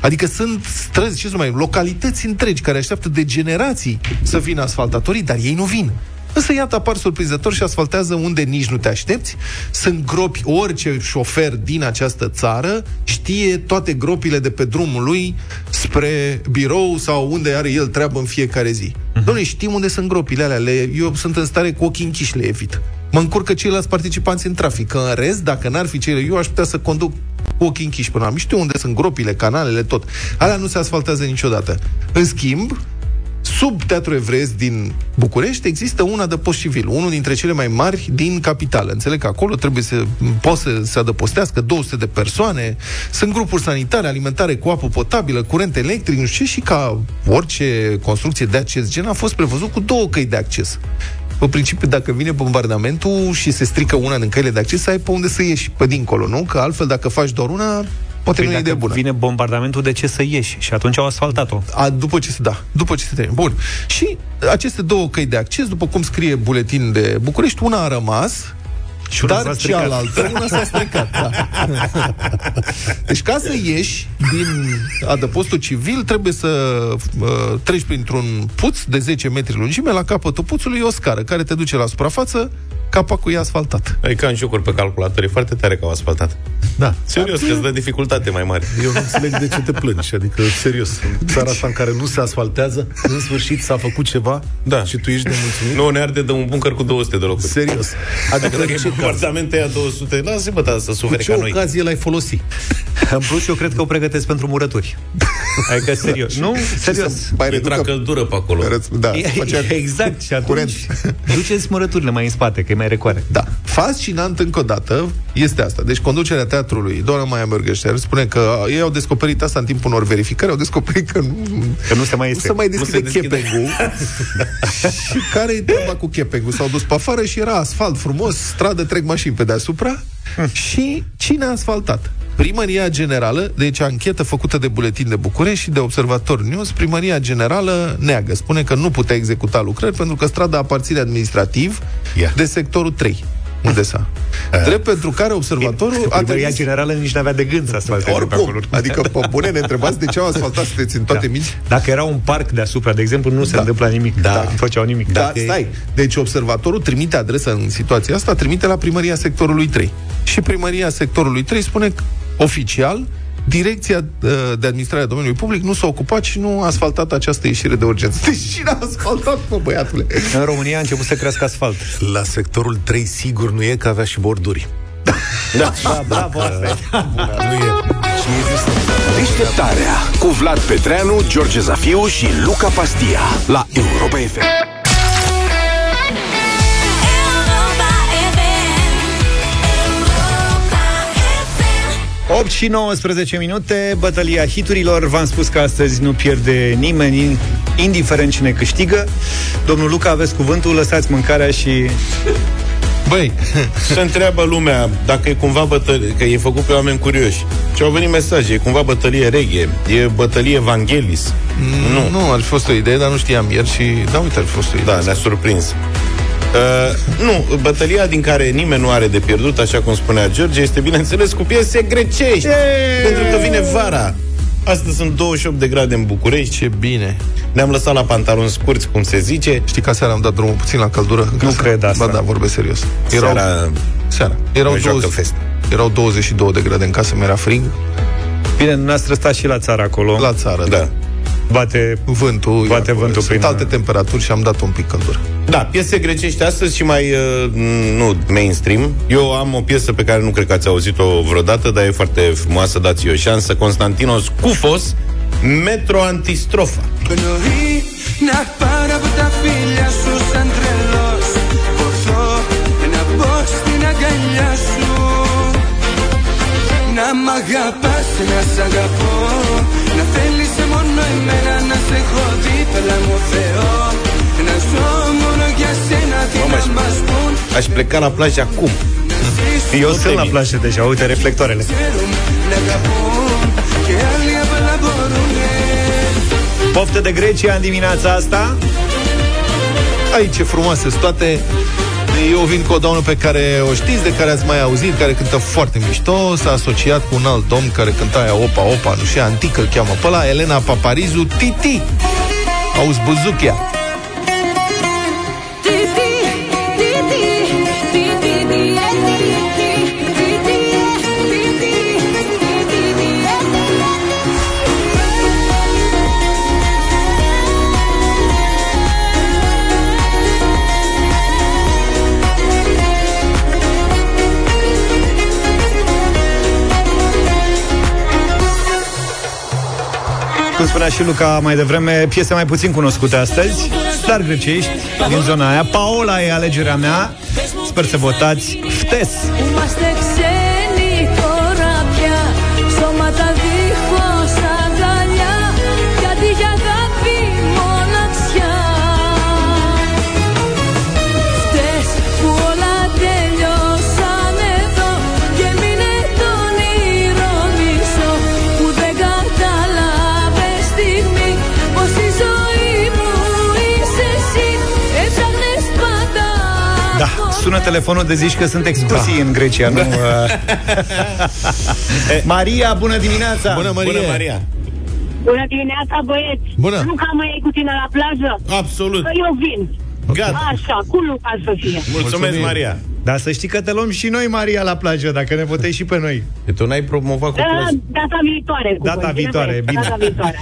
Speaker 3: Adică sunt străzi, ce să mai, localități întregi care așteaptă de generații să vină asfaltatorii, dar ei nu vin. Însă, iată, apar surprinzător și asfaltează unde nici nu te aștepți. Sunt gropi, orice șofer din această țară știe toate gropile de pe drumul lui spre birou sau unde are el treabă în fiecare zi. Uh-huh. Doamne, știm unde sunt gropile alea, le, eu sunt în stare cu ochii închiși, le evit. Mă încurcă ceilalți participanți în trafic, că în rest, dacă n-ar fi cele, eu aș putea să conduc cu ochii închiși până la mișto, unde sunt gropile, canalele, tot. Alea nu se asfaltează niciodată. În schimb, Sub Teatrul Evreiesc din București există un adăpost civil, unul dintre cele mai mari din capitală. Înțeleg că acolo trebuie să poate să se adăpostească 200 de persoane, sunt grupuri sanitare, alimentare cu apă potabilă, curent electric, nu știu ce, și ca orice construcție de acest gen a fost prevăzut cu două căi de acces. În principiu, dacă vine bombardamentul și se strică una din căile de acces, să ai pe unde să ieși, pe dincolo, nu? Că altfel, dacă faci doar una, poate
Speaker 2: Păi
Speaker 3: nu e de
Speaker 2: dacă
Speaker 3: bună.
Speaker 2: vine bombardamentul, de ce să ieși? Și atunci au asfaltat-o.
Speaker 3: A, după ce se, da, după ce se termină. Bun. Și aceste două căi de acces, după cum scrie buletin de București, una a rămas
Speaker 2: Și una s-a
Speaker 3: Dar
Speaker 2: stricat.
Speaker 3: cealaltă, una s-a stricat. Da. Deci ca să ieși din adăpostul civil, trebuie să uh, treci printr-un puț de 10 metri lungime, la capătul puțului e o scară care te duce la suprafață, capacul e asfaltat.
Speaker 4: E ca în jocuri pe calculator, e foarte tare că au asfaltat.
Speaker 9: Da.
Speaker 4: Serios, că îți dă dificultate mai mare.
Speaker 9: Eu nu înțeleg de ce te plângi, adică serios. În țara asta în care nu se asfaltează, în sfârșit s-a făcut ceva
Speaker 4: Da.
Speaker 9: și tu ești de mulțumit.
Speaker 4: Nu, ne arde de un bunker cu 200 de locuri.
Speaker 9: Serios. Adică
Speaker 4: Dacă e
Speaker 9: ce caz?
Speaker 4: comportamente aia 200, lasă-i bă, da, să
Speaker 9: Cu
Speaker 4: sufere
Speaker 9: ce
Speaker 4: ca noi.
Speaker 9: ocazie l-ai folosit?
Speaker 2: În plus, eu cred că o pregătesc pentru murături. Adică, serios. Nu? Serios.
Speaker 4: Mai Intra căldură pe acolo.
Speaker 3: Răț- Da, făcea...
Speaker 2: Exact. Și
Speaker 3: curent.
Speaker 2: atunci duceți murăturile mai în spate, că e mai recoare.
Speaker 3: Da. Fascinant încă o dată este asta. Deci conducerea teatrului, doamna Maia Mărgășter, spune că ei au descoperit asta în timpul unor verificări, au descoperit că nu,
Speaker 2: Că nu se mai
Speaker 3: nu
Speaker 2: este.
Speaker 3: se mai deschide,
Speaker 4: se deschide.
Speaker 3: chepengul. și care e treaba cu chepengul? S-au dus pe afară și era asfalt frumos, stradă, trec mașini pe deasupra. și cine a asfaltat? Primăria Generală, deci anchetă făcută de Buletin de București și de Observator News, Primăria Generală neagă. Spune că nu putea executa lucrări pentru că strada aparține administrativ
Speaker 9: Ia.
Speaker 3: de sectorul 3. Unde s-a? Drept pentru care observatorul a
Speaker 2: Primăria
Speaker 3: trimis
Speaker 2: generală nici n-avea de gând să asfalte pe acolo.
Speaker 3: oricum. Adică, pe bune, ne întrebați de ce au asfaltat, sunteți în toate da. mici?
Speaker 2: Dacă era un parc deasupra, de exemplu, nu se
Speaker 3: Da.
Speaker 2: întâmpla nimic.
Speaker 3: Da.
Speaker 2: Nu făceau nimic.
Speaker 3: Da,
Speaker 2: Dacă e-
Speaker 3: stai. Deci observatorul trimite adresa în situația asta, trimite la primăria sectorului 3. Și primăria sectorului 3 spune că, oficial Direcția uh, de administrare a domeniului public nu s-a ocupat și nu a asfaltat această ieșire de urgență. Deci cine a asfaltat, mă, băiatule?
Speaker 2: În România a început să crească asfalt.
Speaker 9: La sectorul 3 sigur nu e că avea și borduri.
Speaker 2: Da, bravo, asta e.
Speaker 9: Nu e.
Speaker 1: Deșteptarea cu Vlad Petreanu, George Zafiu și Luca Pastia la Europa FM.
Speaker 6: Europa FM, Europa FM.
Speaker 2: 8 și 19 minute, bătălia hiturilor. V-am spus că astăzi nu pierde nimeni, indiferent cine câștigă. Domnul Luca, aveți cuvântul, lăsați mâncarea și...
Speaker 3: Băi,
Speaker 4: Se întreabă lumea dacă e cumva bătălie, că e făcut pe oameni curioși. Și au venit mesaje, e cumva bătălie reghe, e bătălie Evanghelis.
Speaker 3: nu. nu, ar fi fost o idee, dar nu știam ieri și... Da, uite, ar fi fost o idee.
Speaker 4: Da, ne-a surprins. Uh, nu, bătălia din care nimeni nu are de pierdut, așa cum spunea George, este bineînțeles cu piese grecești. Pentru că vine vara. Astăzi sunt 28 de grade în București și
Speaker 3: Ce bine.
Speaker 4: ne-am lăsat la pantaloni scurți, cum se zice.
Speaker 3: Știi că seara am dat drumul puțin la căldură? Ca să-
Speaker 2: cred asta.
Speaker 3: Ba da, vorbesc serios.
Speaker 4: Erau... Seara
Speaker 3: Seara. Erau,
Speaker 4: Ne joacă
Speaker 3: 20,
Speaker 4: fest.
Speaker 3: erau 22 de grade în casă, mi-era frig.
Speaker 2: Bine, dumneavoastră stați și la țară acolo.
Speaker 3: La țară, da.
Speaker 4: Da.
Speaker 2: Bate...
Speaker 3: Vântul,
Speaker 2: Bate
Speaker 3: acolo.
Speaker 2: vântul
Speaker 3: Sunt
Speaker 2: prin-
Speaker 3: alte temperaturi și am dat un pic căldură.
Speaker 4: Da, piese grecești astăzi și mai, uh, nu, mainstream. Eu am o piesă pe care nu cred că ați auzit-o vreodată, dar e foarte frumoasă, dați-i o șansă. Constantinos Cufos, Metro Antistrofa. Aș pleca la plajă acum.
Speaker 2: Eu sunt la
Speaker 4: termin.
Speaker 2: plajă deja, uite reflectoarele. Poftă de Grecia în dimineața asta.
Speaker 3: Aici e frumoase sunt toate. Eu vin cu o doamnă pe care o știți, de care ați mai auzit, care cântă foarte mișto, s-a asociat cu un alt domn care cânta aia Opa, Opa, nu știu, antică îl cheamă pe ăla, Elena Paparizu, Titi. Auzi, buzuchea.
Speaker 2: Cum spunea și Luca mai devreme, piese mai puțin cunoscute astăzi, dar grecești, din zona aia. Paola e alegerea mea. Sper să votați FTES.
Speaker 6: Είμαστε ξένοι τώρα πια Σώματα δίχως αγκαλιά Γιατί για αγάπη μοναξιά Φταίς που όλα τελειώσαν εδώ Και μείνε τον ηρωνήσω Που δεν κατάλαβες στιγμή Πως η ζωή μου είσαι εσύ Έψαχνες πάντα
Speaker 2: Da, sună telefonul de zici că sunt excursii da. în Grecia, nu? uh. Maria, bună dimineața!
Speaker 3: Da, Bună, Maria!
Speaker 4: Bună, Maria!
Speaker 10: Bună dimineața, băieți!
Speaker 3: Bună.
Speaker 10: Luca mai e cu tine la plajă?
Speaker 4: Absolut!
Speaker 10: Că eu vin!
Speaker 4: Gata!
Speaker 10: Așa, cu Luca să fie!
Speaker 4: Mulțumesc,
Speaker 3: Mulțumim.
Speaker 4: Maria!
Speaker 2: Dar să știi că te luăm și noi, Maria, la plajă, dacă ne votezi și pe noi.
Speaker 4: E, tu n-ai promovat cu
Speaker 10: Da,
Speaker 4: plajă.
Speaker 10: data viitoare. Cu
Speaker 2: Data
Speaker 10: voi, bine,
Speaker 2: viitoare,
Speaker 10: băieți?
Speaker 2: bine.
Speaker 10: Data viitoare.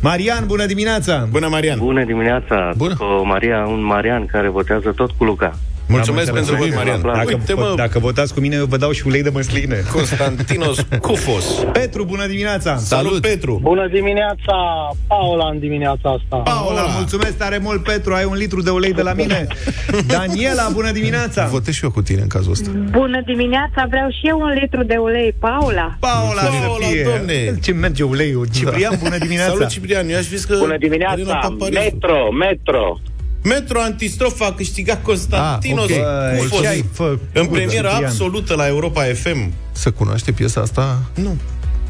Speaker 2: Marian, bună dimineața!
Speaker 4: Bună, Marian!
Speaker 11: Bună dimineața,
Speaker 3: Bună.
Speaker 11: Cu Maria, un Marian care votează tot cu Luca. Da,
Speaker 3: Mulțumesc
Speaker 2: Am
Speaker 3: pentru
Speaker 2: înțeles.
Speaker 3: voi, Marian.
Speaker 2: Dacă,
Speaker 3: Uite, mă,
Speaker 2: dacă votați cu mine, eu vă dau și ulei de măsline.
Speaker 4: Constantinos Cufos.
Speaker 2: Petru, bună dimineața!
Speaker 4: Salut, Petru!
Speaker 8: Bună dimineața, Paula, în dimineața asta.
Speaker 2: Paula, mulțumesc tare mult, Petru, ai un litru de ulei de la mine. Daniela, bună dimineața!
Speaker 3: Votez și eu cu tine în cazul ăsta.
Speaker 10: Bună dimineața, vreau și eu un litru de ulei, Paula.
Speaker 4: Paula,
Speaker 2: Paula, să fie.
Speaker 4: domne.
Speaker 2: Ce merge uleiul? Ciprian, bună dimineața!
Speaker 4: Salut, Ciprian! Eu aș zis că...
Speaker 11: Bună
Speaker 4: Elena
Speaker 11: dimineața,
Speaker 4: Papariu-
Speaker 11: metro, metro.
Speaker 4: Metro Antistrofa a câștigat Constantinos
Speaker 3: Ah, ok.
Speaker 2: Băi,
Speaker 4: Cufos.
Speaker 2: ce ai făcut,
Speaker 4: În premieră
Speaker 2: Ciprian?
Speaker 4: absolută la Europa FM.
Speaker 3: Să cunoaște piesa asta? Nu.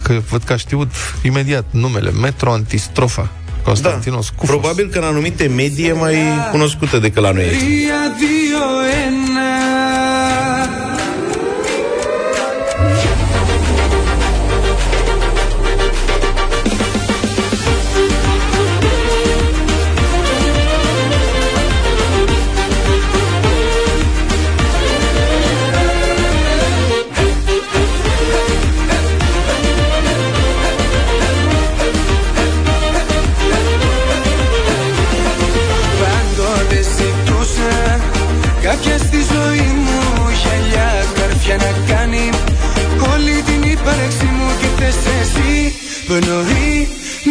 Speaker 3: Că văd că a știut imediat numele. Metro Antistrofa. Constantinos da. Cufos.
Speaker 4: Probabil că în anumite medii e mai cunoscută decât la noi aici.
Speaker 6: Πάντοτε ζητούσα κάποια στη ζωή μου γυαλιά καρφιά να κάνει όλη την ύπαρξη μου και θες εσύ πνοή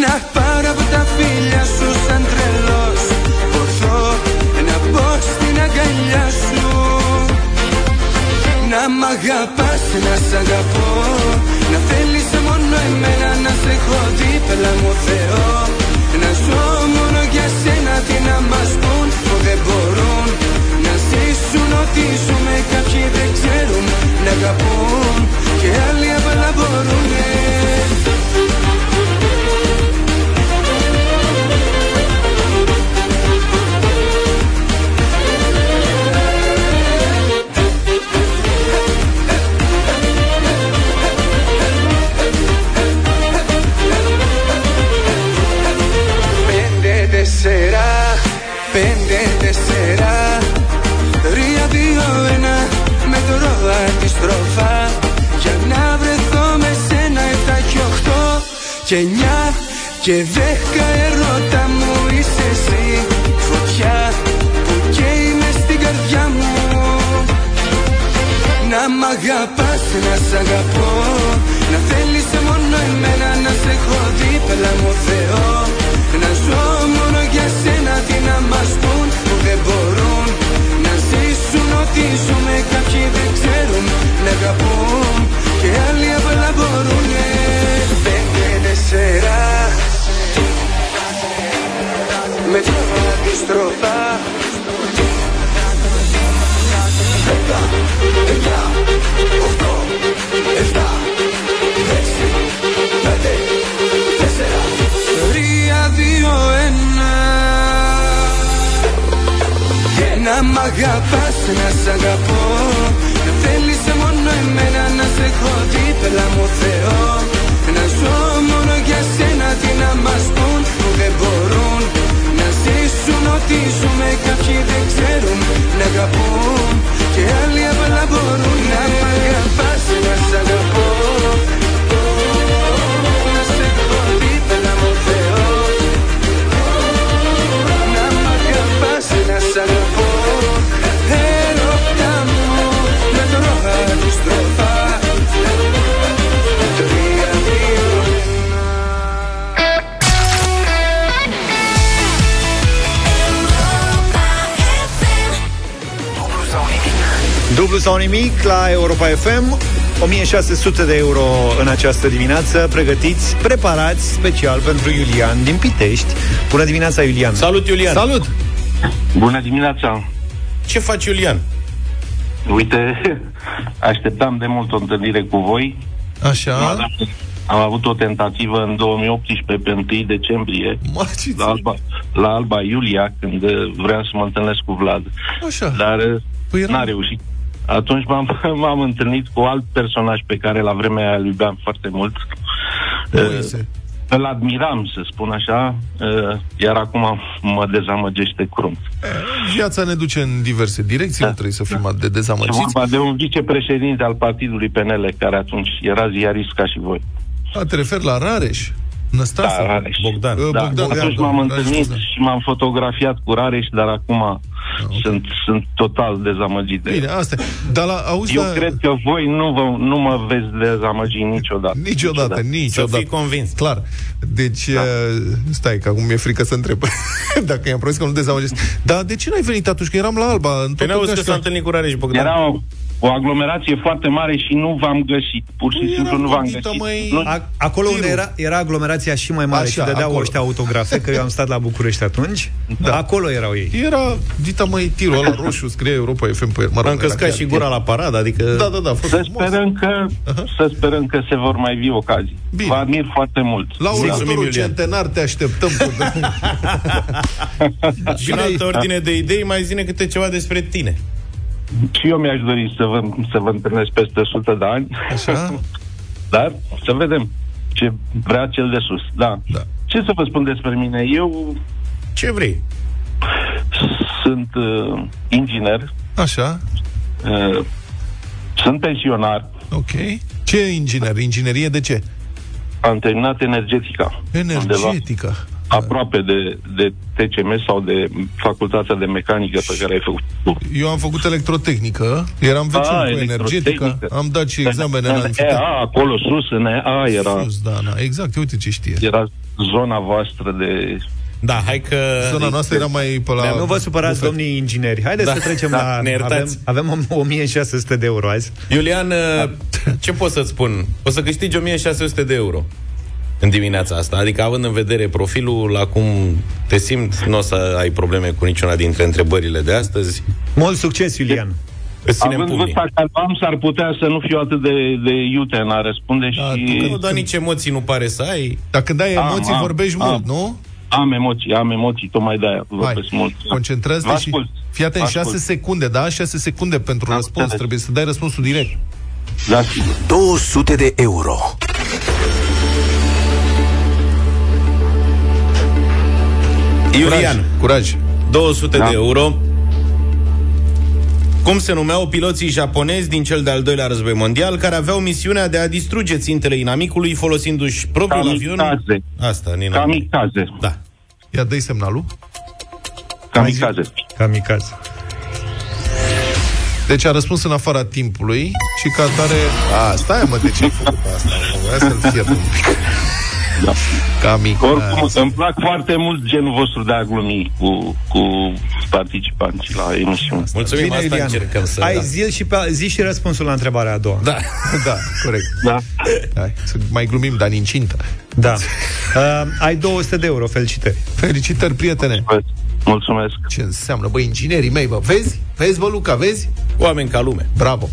Speaker 6: να πάρω από τα φίλια σου σαν τρελός ποθώ να μπω στην αγκαλιά σου να μ' αγαπάς, να σ' αγαπώ Να θέλεις μόνο εμένα να σε έχω δίπλα μου Θεό Να ζω μόνο για σένα τι να μας πούν που δεν μπορούν Να ζήσουν ό,τι ζούμε κάποιοι δεν ξέρουν να αγαπούν Και άλλοι απλά μπορούνε Πέντε, τεσσερά, πέντε, τεσσερά Τρία, δύο, ένα, με το ρόδα τη στροφά Για να βρεθώ με σένα, εφτά και οχτώ και εννιά Και δέκα ερώτα μου είσαι εσύ Φωτιά που καίει μες στην καρδιά μου να μ' αγαπάς, να σ' αγαπώ Να θέλεις μόνο εμένα να σε έχω δίπλα μου Θεό Να ζω μόνο για σένα τι να μας πούν που δεν μπορούν Να ζήσουν ό,τι ζούμε κάποιοι δεν ξέρουν Να αγαπούν και άλλοι απλά μπορούνε Πέντε, τεσσερά Με το αντιστροφά Τρία, δύο, ένα Να μ' αγαπάς, να σ' αγαπώ Να θέλεις μόνο εμένα να σε έχω δίπλα μου Θεό Να ζω μόνο για σένα τι να μας πούν που δεν μπορούν Να ζήσουν ό,τι ζούμε κάποιοι δεν ξέρουν Να αγαπούν και άλλοι απλά μπορούν Να μ' αγαπάς, να σ' αγαπώ
Speaker 2: Dublu sau nimic la Europa FM 1600 de euro în această dimineață Pregătiți, preparați special pentru Iulian din Pitești Bună dimineața, Iulian
Speaker 4: Salut, Iulian!
Speaker 3: Salut!
Speaker 11: Bună dimineața.
Speaker 4: Ce faci, Iulian?
Speaker 11: Uite, așteptam de mult o întâlnire cu voi. Da,
Speaker 3: Așa.
Speaker 11: Am avut o tentativă în 2018, pe 1 decembrie,
Speaker 3: Mă, ce
Speaker 11: Da. la Alba, la Alba Iulia, când uh, vreau să mă întâlnesc cu Vlad.
Speaker 3: Așa.
Speaker 11: Dar uh,
Speaker 3: Păi
Speaker 11: N-a reușit. Atunci m-am, m-am întâlnit cu alt personaj pe care la vremea aia îl iubeam foarte mult. Uh, îl admiram, să spun așa, uh, iar acum mă dezamăgește crunt.
Speaker 3: Viața ne duce în diverse direcții, da. nu trebuie să fim atât de
Speaker 11: Și
Speaker 3: dezamăgiți.
Speaker 11: vorba de un vicepreședinte al partidului PNL, care atunci era ziarist ca și voi.
Speaker 3: A, te referi la Rareș? Năstase?
Speaker 11: Da, Rareș.
Speaker 3: Bogdan. Uh,
Speaker 11: Da,
Speaker 3: Bogdan, da,
Speaker 11: atunci
Speaker 3: da,
Speaker 11: m-am
Speaker 3: Rareș,
Speaker 11: întâlnit
Speaker 3: Bogdan.
Speaker 11: și m-am fotografiat cu Rareș, dar acum sunt, sunt total dezamăgit de
Speaker 3: Bine, asta e. Dar la, auzi,
Speaker 11: Eu
Speaker 3: la...
Speaker 11: cred că voi nu, vă, nu mă veți dezamăgi niciodată.
Speaker 3: Niciodată, niciodată.
Speaker 4: convins.
Speaker 3: Clar. Deci, da. stai, că acum mi-e frică să întreb. Dacă i-am promis că nu dezamăgesc. Dar de ce n-ai venit atunci? Că eram la Alba. În
Speaker 4: Păi n-auzi că s-a întâlnit cu Rareș Bogdan.
Speaker 11: Era o, o aglomerație foarte mare și nu v-am găsit. Pur și simplu nu v-am găsit. Nu,
Speaker 2: A- Acolo unde era, era aglomerația și mai mare Așa,
Speaker 3: Așa,
Speaker 2: și dădeau
Speaker 3: acolo.
Speaker 2: acolo. ăștia autografe, că eu am stat la București atunci, da. acolo erau ei.
Speaker 3: Era dita mai tirul ăla roșu, scrie Europa FM pe el. Mă rog,
Speaker 4: Am căscat
Speaker 3: era
Speaker 4: și
Speaker 3: chiar
Speaker 4: gura
Speaker 3: tir.
Speaker 4: la parada, adică...
Speaker 3: Da, da, da, a fost
Speaker 11: să
Speaker 3: frumos.
Speaker 11: sperăm, că, să sperăm că se vor mai vi ocazii.
Speaker 3: Bine.
Speaker 11: Vă admir foarte mult.
Speaker 3: La
Speaker 4: Mulțumim,
Speaker 3: următorul
Speaker 4: Iulian.
Speaker 3: centenar te așteptăm. Cu...
Speaker 4: Și în altă ordine de idei, mai zine câte ceva despre tine.
Speaker 11: Și eu mi-aș dori să vă, să vă întâlnesc peste 100 de ani,
Speaker 3: Așa?
Speaker 11: dar să vedem ce vrea cel de sus. Da. da. Ce să vă spun despre mine? Eu
Speaker 4: Ce vrei?
Speaker 11: sunt uh, inginer,
Speaker 3: Așa,
Speaker 11: uh, sunt pensionar,
Speaker 3: ok. Ce inginer? Inginerie de ce?
Speaker 11: am terminat energetica. Undeva
Speaker 3: Energetică.
Speaker 11: aproape de, de TCM sau de facultatea de mecanică pe care ai făcut.
Speaker 3: Eu am făcut electrotehnică, eram vecin
Speaker 11: Ah,
Speaker 3: cu energetică,
Speaker 11: electrotehnică.
Speaker 3: am dat și examene în
Speaker 11: În EA,
Speaker 3: amfiteatru.
Speaker 11: acolo sus, în EA era,
Speaker 3: Sus, da, na, exact, uite ce știe.
Speaker 11: era zona voastră de...
Speaker 4: Da, hai că...
Speaker 3: Zona noastră era mai pe la...
Speaker 2: Nu vă supărați,
Speaker 3: bufet.
Speaker 2: domnii ingineri. Haideți
Speaker 4: Da,
Speaker 2: să trecem
Speaker 4: da,
Speaker 2: la...
Speaker 4: ne iertați.
Speaker 2: avem, avem 1600 de euro azi.
Speaker 4: Iulian, uh, ce pot să-ți spun? O să câștigi 1600 de euro în dimineața asta. Adică, având în vedere profilul, la cum te simți, nu o să ai probleme cu niciuna dintre întrebările de astăzi.
Speaker 2: Mult succes, Iulian!
Speaker 4: Îți ținem
Speaker 11: Având
Speaker 4: pumnii.
Speaker 11: vârsta care am, s-ar putea să nu fiu atât de, de iute în a răspunde și
Speaker 4: Nu, dar nici emoții nu pare să ai.
Speaker 3: Dar când ai
Speaker 11: Am,
Speaker 3: emoții,
Speaker 11: am,
Speaker 3: vorbești
Speaker 11: am.
Speaker 3: mult, nu?
Speaker 11: am emoții, am emoții, tocmai de-aia vorbesc mult. da. Vă
Speaker 3: Concentrează-te și...
Speaker 11: ascult.
Speaker 3: Fii atent,
Speaker 11: Vă
Speaker 3: 6
Speaker 11: ascult.
Speaker 3: secunde, da? 6 secunde pentru
Speaker 11: Am
Speaker 3: răspuns.
Speaker 11: înțeles.
Speaker 3: Trebuie să dai răspunsul direct.
Speaker 11: Da, sigur.
Speaker 1: 200 de euro.
Speaker 4: Iulian,
Speaker 3: Curaj.
Speaker 4: 200
Speaker 11: Da.
Speaker 4: de euro. Cum se numeau piloții japonezi din cel de-al doilea război mondial, care aveau misiunea de a distruge țintele inamicului folosindu-și propriul avion?
Speaker 11: Kamikaze.
Speaker 4: Asta, Nina.
Speaker 11: Kamikaze.
Speaker 4: Da.
Speaker 3: Ia dai semnalul.
Speaker 11: Kamikaze.
Speaker 2: Kamikaze.
Speaker 3: Deci a răspuns în afara timpului și ca tare... A, stai mă, de ce ai făcut asta? mă? Hai să-l fiert un pic. Da.
Speaker 11: Da.
Speaker 3: Camica.
Speaker 11: Oricum,
Speaker 4: Da.
Speaker 11: îmi plac foarte mult genul vostru de a glumi cu, cu participanții la emisiune.
Speaker 4: Mulțumim,
Speaker 2: Bine,
Speaker 4: asta
Speaker 2: Iulian.
Speaker 4: încercăm să... da.
Speaker 2: Ai zi și, pe, zi și răspunsul la întrebarea a doua.
Speaker 3: Da, da, corect.
Speaker 11: Da?
Speaker 3: Hai, să mai glumim, dar în incintă.
Speaker 2: Da. Uh, ai 200 de euro, felicitări.
Speaker 3: Felicitări, prietene!
Speaker 11: Vă Mulțumesc.
Speaker 3: Ce înseamnă, băi, inginerii mei, bă, vezi? Vezi, bă, Luca, vezi?
Speaker 4: Oameni ca lume.
Speaker 3: Bravo!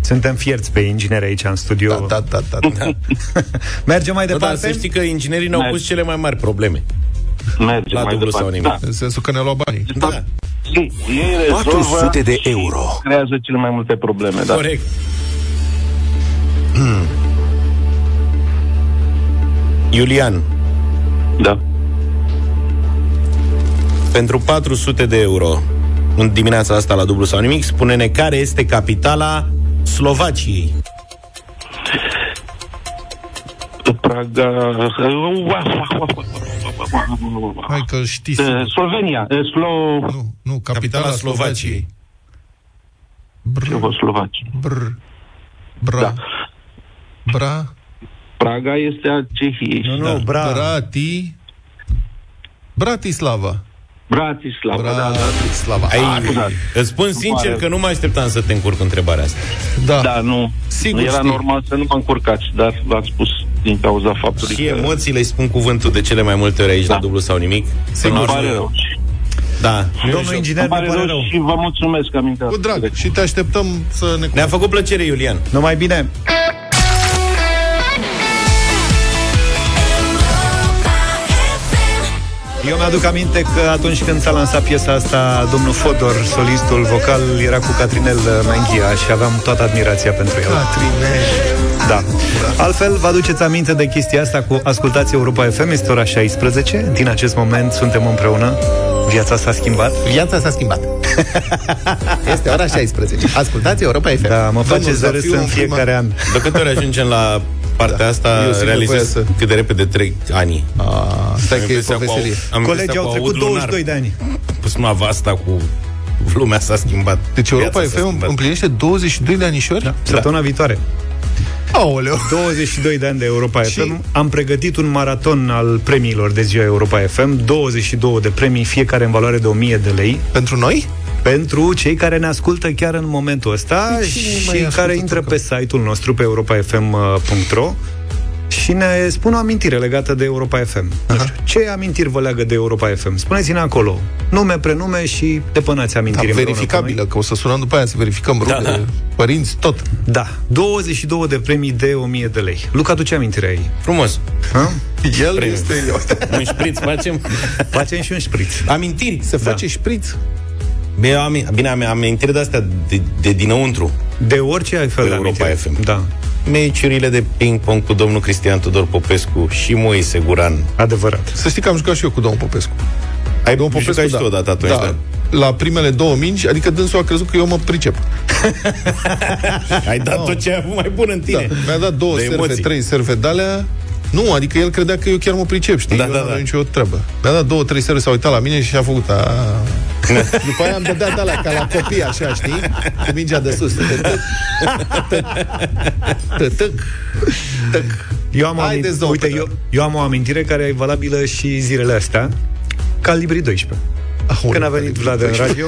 Speaker 2: Suntem fierți pe ingineri aici în studio.
Speaker 3: Da, da, da, da, da.
Speaker 2: Mergem mai
Speaker 4: Bă, dar
Speaker 2: departe.
Speaker 4: Da, să știi că inginerii ne-au
Speaker 11: Mai-
Speaker 4: pus cele mai mari probleme.
Speaker 11: Mergem
Speaker 4: La
Speaker 11: mai
Speaker 4: dublu
Speaker 11: departe.
Speaker 4: sau nimic.
Speaker 11: Da.
Speaker 3: În sensul că ne-a luat banii.
Speaker 4: Da,
Speaker 11: Ei, ei rezolvă
Speaker 1: 400 de
Speaker 11: și
Speaker 1: euro.
Speaker 11: creează cele mai multe probleme, da.
Speaker 4: corect. Iulian,
Speaker 11: da.
Speaker 4: pentru 400 de euro în dimineața asta la dublu sau nimic, spune-ne care este capitala Slovaciei.
Speaker 11: Praga...
Speaker 3: Hai că știi.
Speaker 11: Eh, Slovenia, eh, Slo...
Speaker 3: Nu, nu, capitala
Speaker 4: Capitala
Speaker 3: Slovaciei.
Speaker 4: Slovaciei.
Speaker 3: Brr,
Speaker 11: Slovacia.
Speaker 3: brr, bra,
Speaker 11: Da.
Speaker 3: bra,
Speaker 11: Praga este a Cehiei.
Speaker 2: Nu, nu,
Speaker 11: da.
Speaker 2: bra.
Speaker 3: brati, Bratislava.
Speaker 11: Bratislava, da, da.
Speaker 3: Bratislava.
Speaker 4: Ai,
Speaker 11: Acuzat.
Speaker 4: îți spun sincer
Speaker 11: pare.
Speaker 4: că nu mă așteptam să te încurc întrebarea asta.
Speaker 3: Da.
Speaker 11: Da, nu.
Speaker 3: Sigur
Speaker 11: Era
Speaker 3: știi.
Speaker 11: normal să nu mă încurcați, dar l-am spus din cauza faptului
Speaker 4: Și
Speaker 11: că...
Speaker 4: emoțiile îi spun cuvântul de cele mai multe ori aici la
Speaker 11: Da.
Speaker 4: dublu sau nimic.
Speaker 11: Îmi
Speaker 4: Până la
Speaker 11: pare
Speaker 4: urmă-
Speaker 11: rău.
Speaker 4: Da.
Speaker 2: Domnul inginer,
Speaker 11: Îmi
Speaker 2: ne
Speaker 11: pare
Speaker 2: pare rău.
Speaker 11: rău și vă mulțumesc Deci- că am intrat.
Speaker 3: Cu drag. Și te așteptăm să ne...
Speaker 4: Ne-a făcut plăcere, Iulian.
Speaker 2: Numai bine. Eu mi-aduc aminte că atunci când s-a lansat piesa asta, domnul Fodor, solistul vocal, era cu Catrinel Menghia și aveam toată admirația pentru el.
Speaker 3: Catrinel!
Speaker 2: Da. Altfel, vă aduceți aminte de chestia asta cu Ascultați Europa FM, este ora 16. Din acest moment suntem împreună. Viața s-a schimbat?
Speaker 3: Viața s-a schimbat. este ora 16. Ascultați Europa FM.
Speaker 2: Da, mă face doresc în fiecare an.
Speaker 4: De câte ori ajungem la partea da. asta, realizez să... cât de repede trec anii.
Speaker 3: A, stai că e pe veselie.
Speaker 2: Am Colegii au trecut 22 de ani.
Speaker 4: Pus mă vasta cu lumea s-a schimbat.
Speaker 3: Deci Europa FM împlinește 22 de anișori? Da.
Speaker 2: Săptămâna viitoare.
Speaker 3: Aoleu.
Speaker 2: 22 de ani de Europa și... FM. Am pregătit un maraton al premiilor de ziua Europa FM, 22 de premii, fiecare în valoare de 1000 de lei.
Speaker 3: Pentru noi? Da,
Speaker 2: Pentru cei care ne ascultă chiar în momentul ăsta deci, și care intră că... pe site-ul nostru pe europafm.ro și ne spun o amintire legată de Europa FM. Aha. Nu știu, ce amintiri vă leagă de Europa FM? Spuneți-ne acolo. Nume, prenume și depănați amintiri.
Speaker 3: Da, verificabilă, că o să sunăm după aia să verificăm rude, da, da. părinți, tot.
Speaker 2: Da. 22 de premii de 1000 de lei. Luca, tu ce amintire ai?
Speaker 4: Frumos.
Speaker 2: Ha?
Speaker 3: El Prim. este eu.
Speaker 4: un șpriț facem?
Speaker 2: Facem și un șpriț.
Speaker 4: Amintiri?
Speaker 3: Se face da. șpriț?
Speaker 4: Bine, am, bine, am amintiri de astea de, de dinăuntru.
Speaker 2: De orice ai fel de
Speaker 4: Europa amintiri. FM.
Speaker 2: Da
Speaker 4: meciurile de ping-pong cu domnul Cristian Tudor Popescu și Moise Guran.
Speaker 2: Adevărat.
Speaker 3: Să știi că am jucat și eu cu domnul Popescu.
Speaker 4: Ai domnul Popescu, jucat da. și tu odată atunci, da. da.
Speaker 3: La primele două mingi, adică dânsul a crezut că eu mă pricep.
Speaker 4: Ai dat no. tot ce ai avut mai bun în tine.
Speaker 3: Da. Mi-a dat două de serve, emoții. trei serve de nu, adică el credea că eu chiar mă pricep, știi? Da, eu da, da. nicio treabă. Mi-a dat două, trei seri, s-a uitat la mine și a făcut... A... După aia am dădeat alea ca la copii, așa, știi? Cu mingea de sus. Tătăc. Tătăc.
Speaker 2: Eu am, Haideți, amint- uite, eu, eu am o amintire care e valabilă și zilele astea. Calibri 12. Ahol, Când a venit Vlad în radio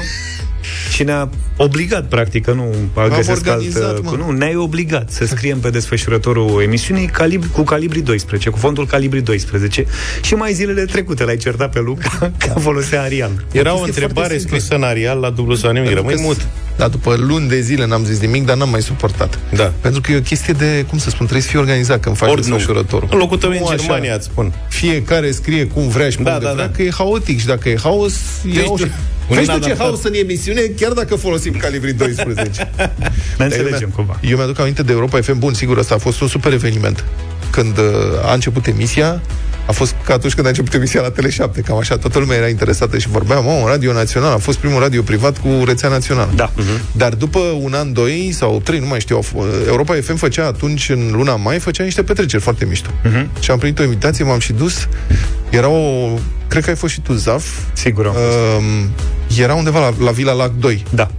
Speaker 2: și ne-a obligat, practic, că nu a găsesc altă... Mă. Nu, ne-ai obligat să scriem pe desfășurătorul emisiunii calib- cu calibri 12, cu fondul calibri 12 și mai zilele trecute l-ai certat pe Luca că folosea Arial.
Speaker 4: Era o întrebare scrisă în Arial la dublu sau nimic, rămâi că... mut.
Speaker 3: Da, după luni de zile n-am zis nimic, dar n-am mai suportat.
Speaker 4: Da.
Speaker 3: Pentru că e o chestie de, cum să spun, trebuie să fii organizat când faci Ori desfășurătorul.
Speaker 4: În locul tău în Germania, îți spun.
Speaker 3: Fiecare scrie cum vrea și cum da, da, vrea, da. că e haotic și dacă e haos, e haos. Vezi tu ce haos în emisiune, chiar dacă folosim calibrii 12.
Speaker 2: ne înțelegem cumva.
Speaker 3: Eu mi-aduc aminte de Europa FM. Bun, sigur, asta a fost un super eveniment. Când uh, a început emisia, a fost ca atunci când a început emisia la Tele7, cam așa, toată lumea era interesată și vorbeam, oh, radio național, a fost primul radio privat cu rețea națională.
Speaker 2: Da. Uh-huh.
Speaker 3: Dar după un an, doi sau trei, nu mai știu, uh, Europa FM făcea atunci, în luna mai, făcea niște petreceri foarte mișto. Uh-huh. Și am primit o invitație, m-am și dus, era o... Cred că ai fost și tu, Zaf.
Speaker 2: Sigur am
Speaker 3: uh, Era undeva la, la Vila Lac 2.
Speaker 2: Da.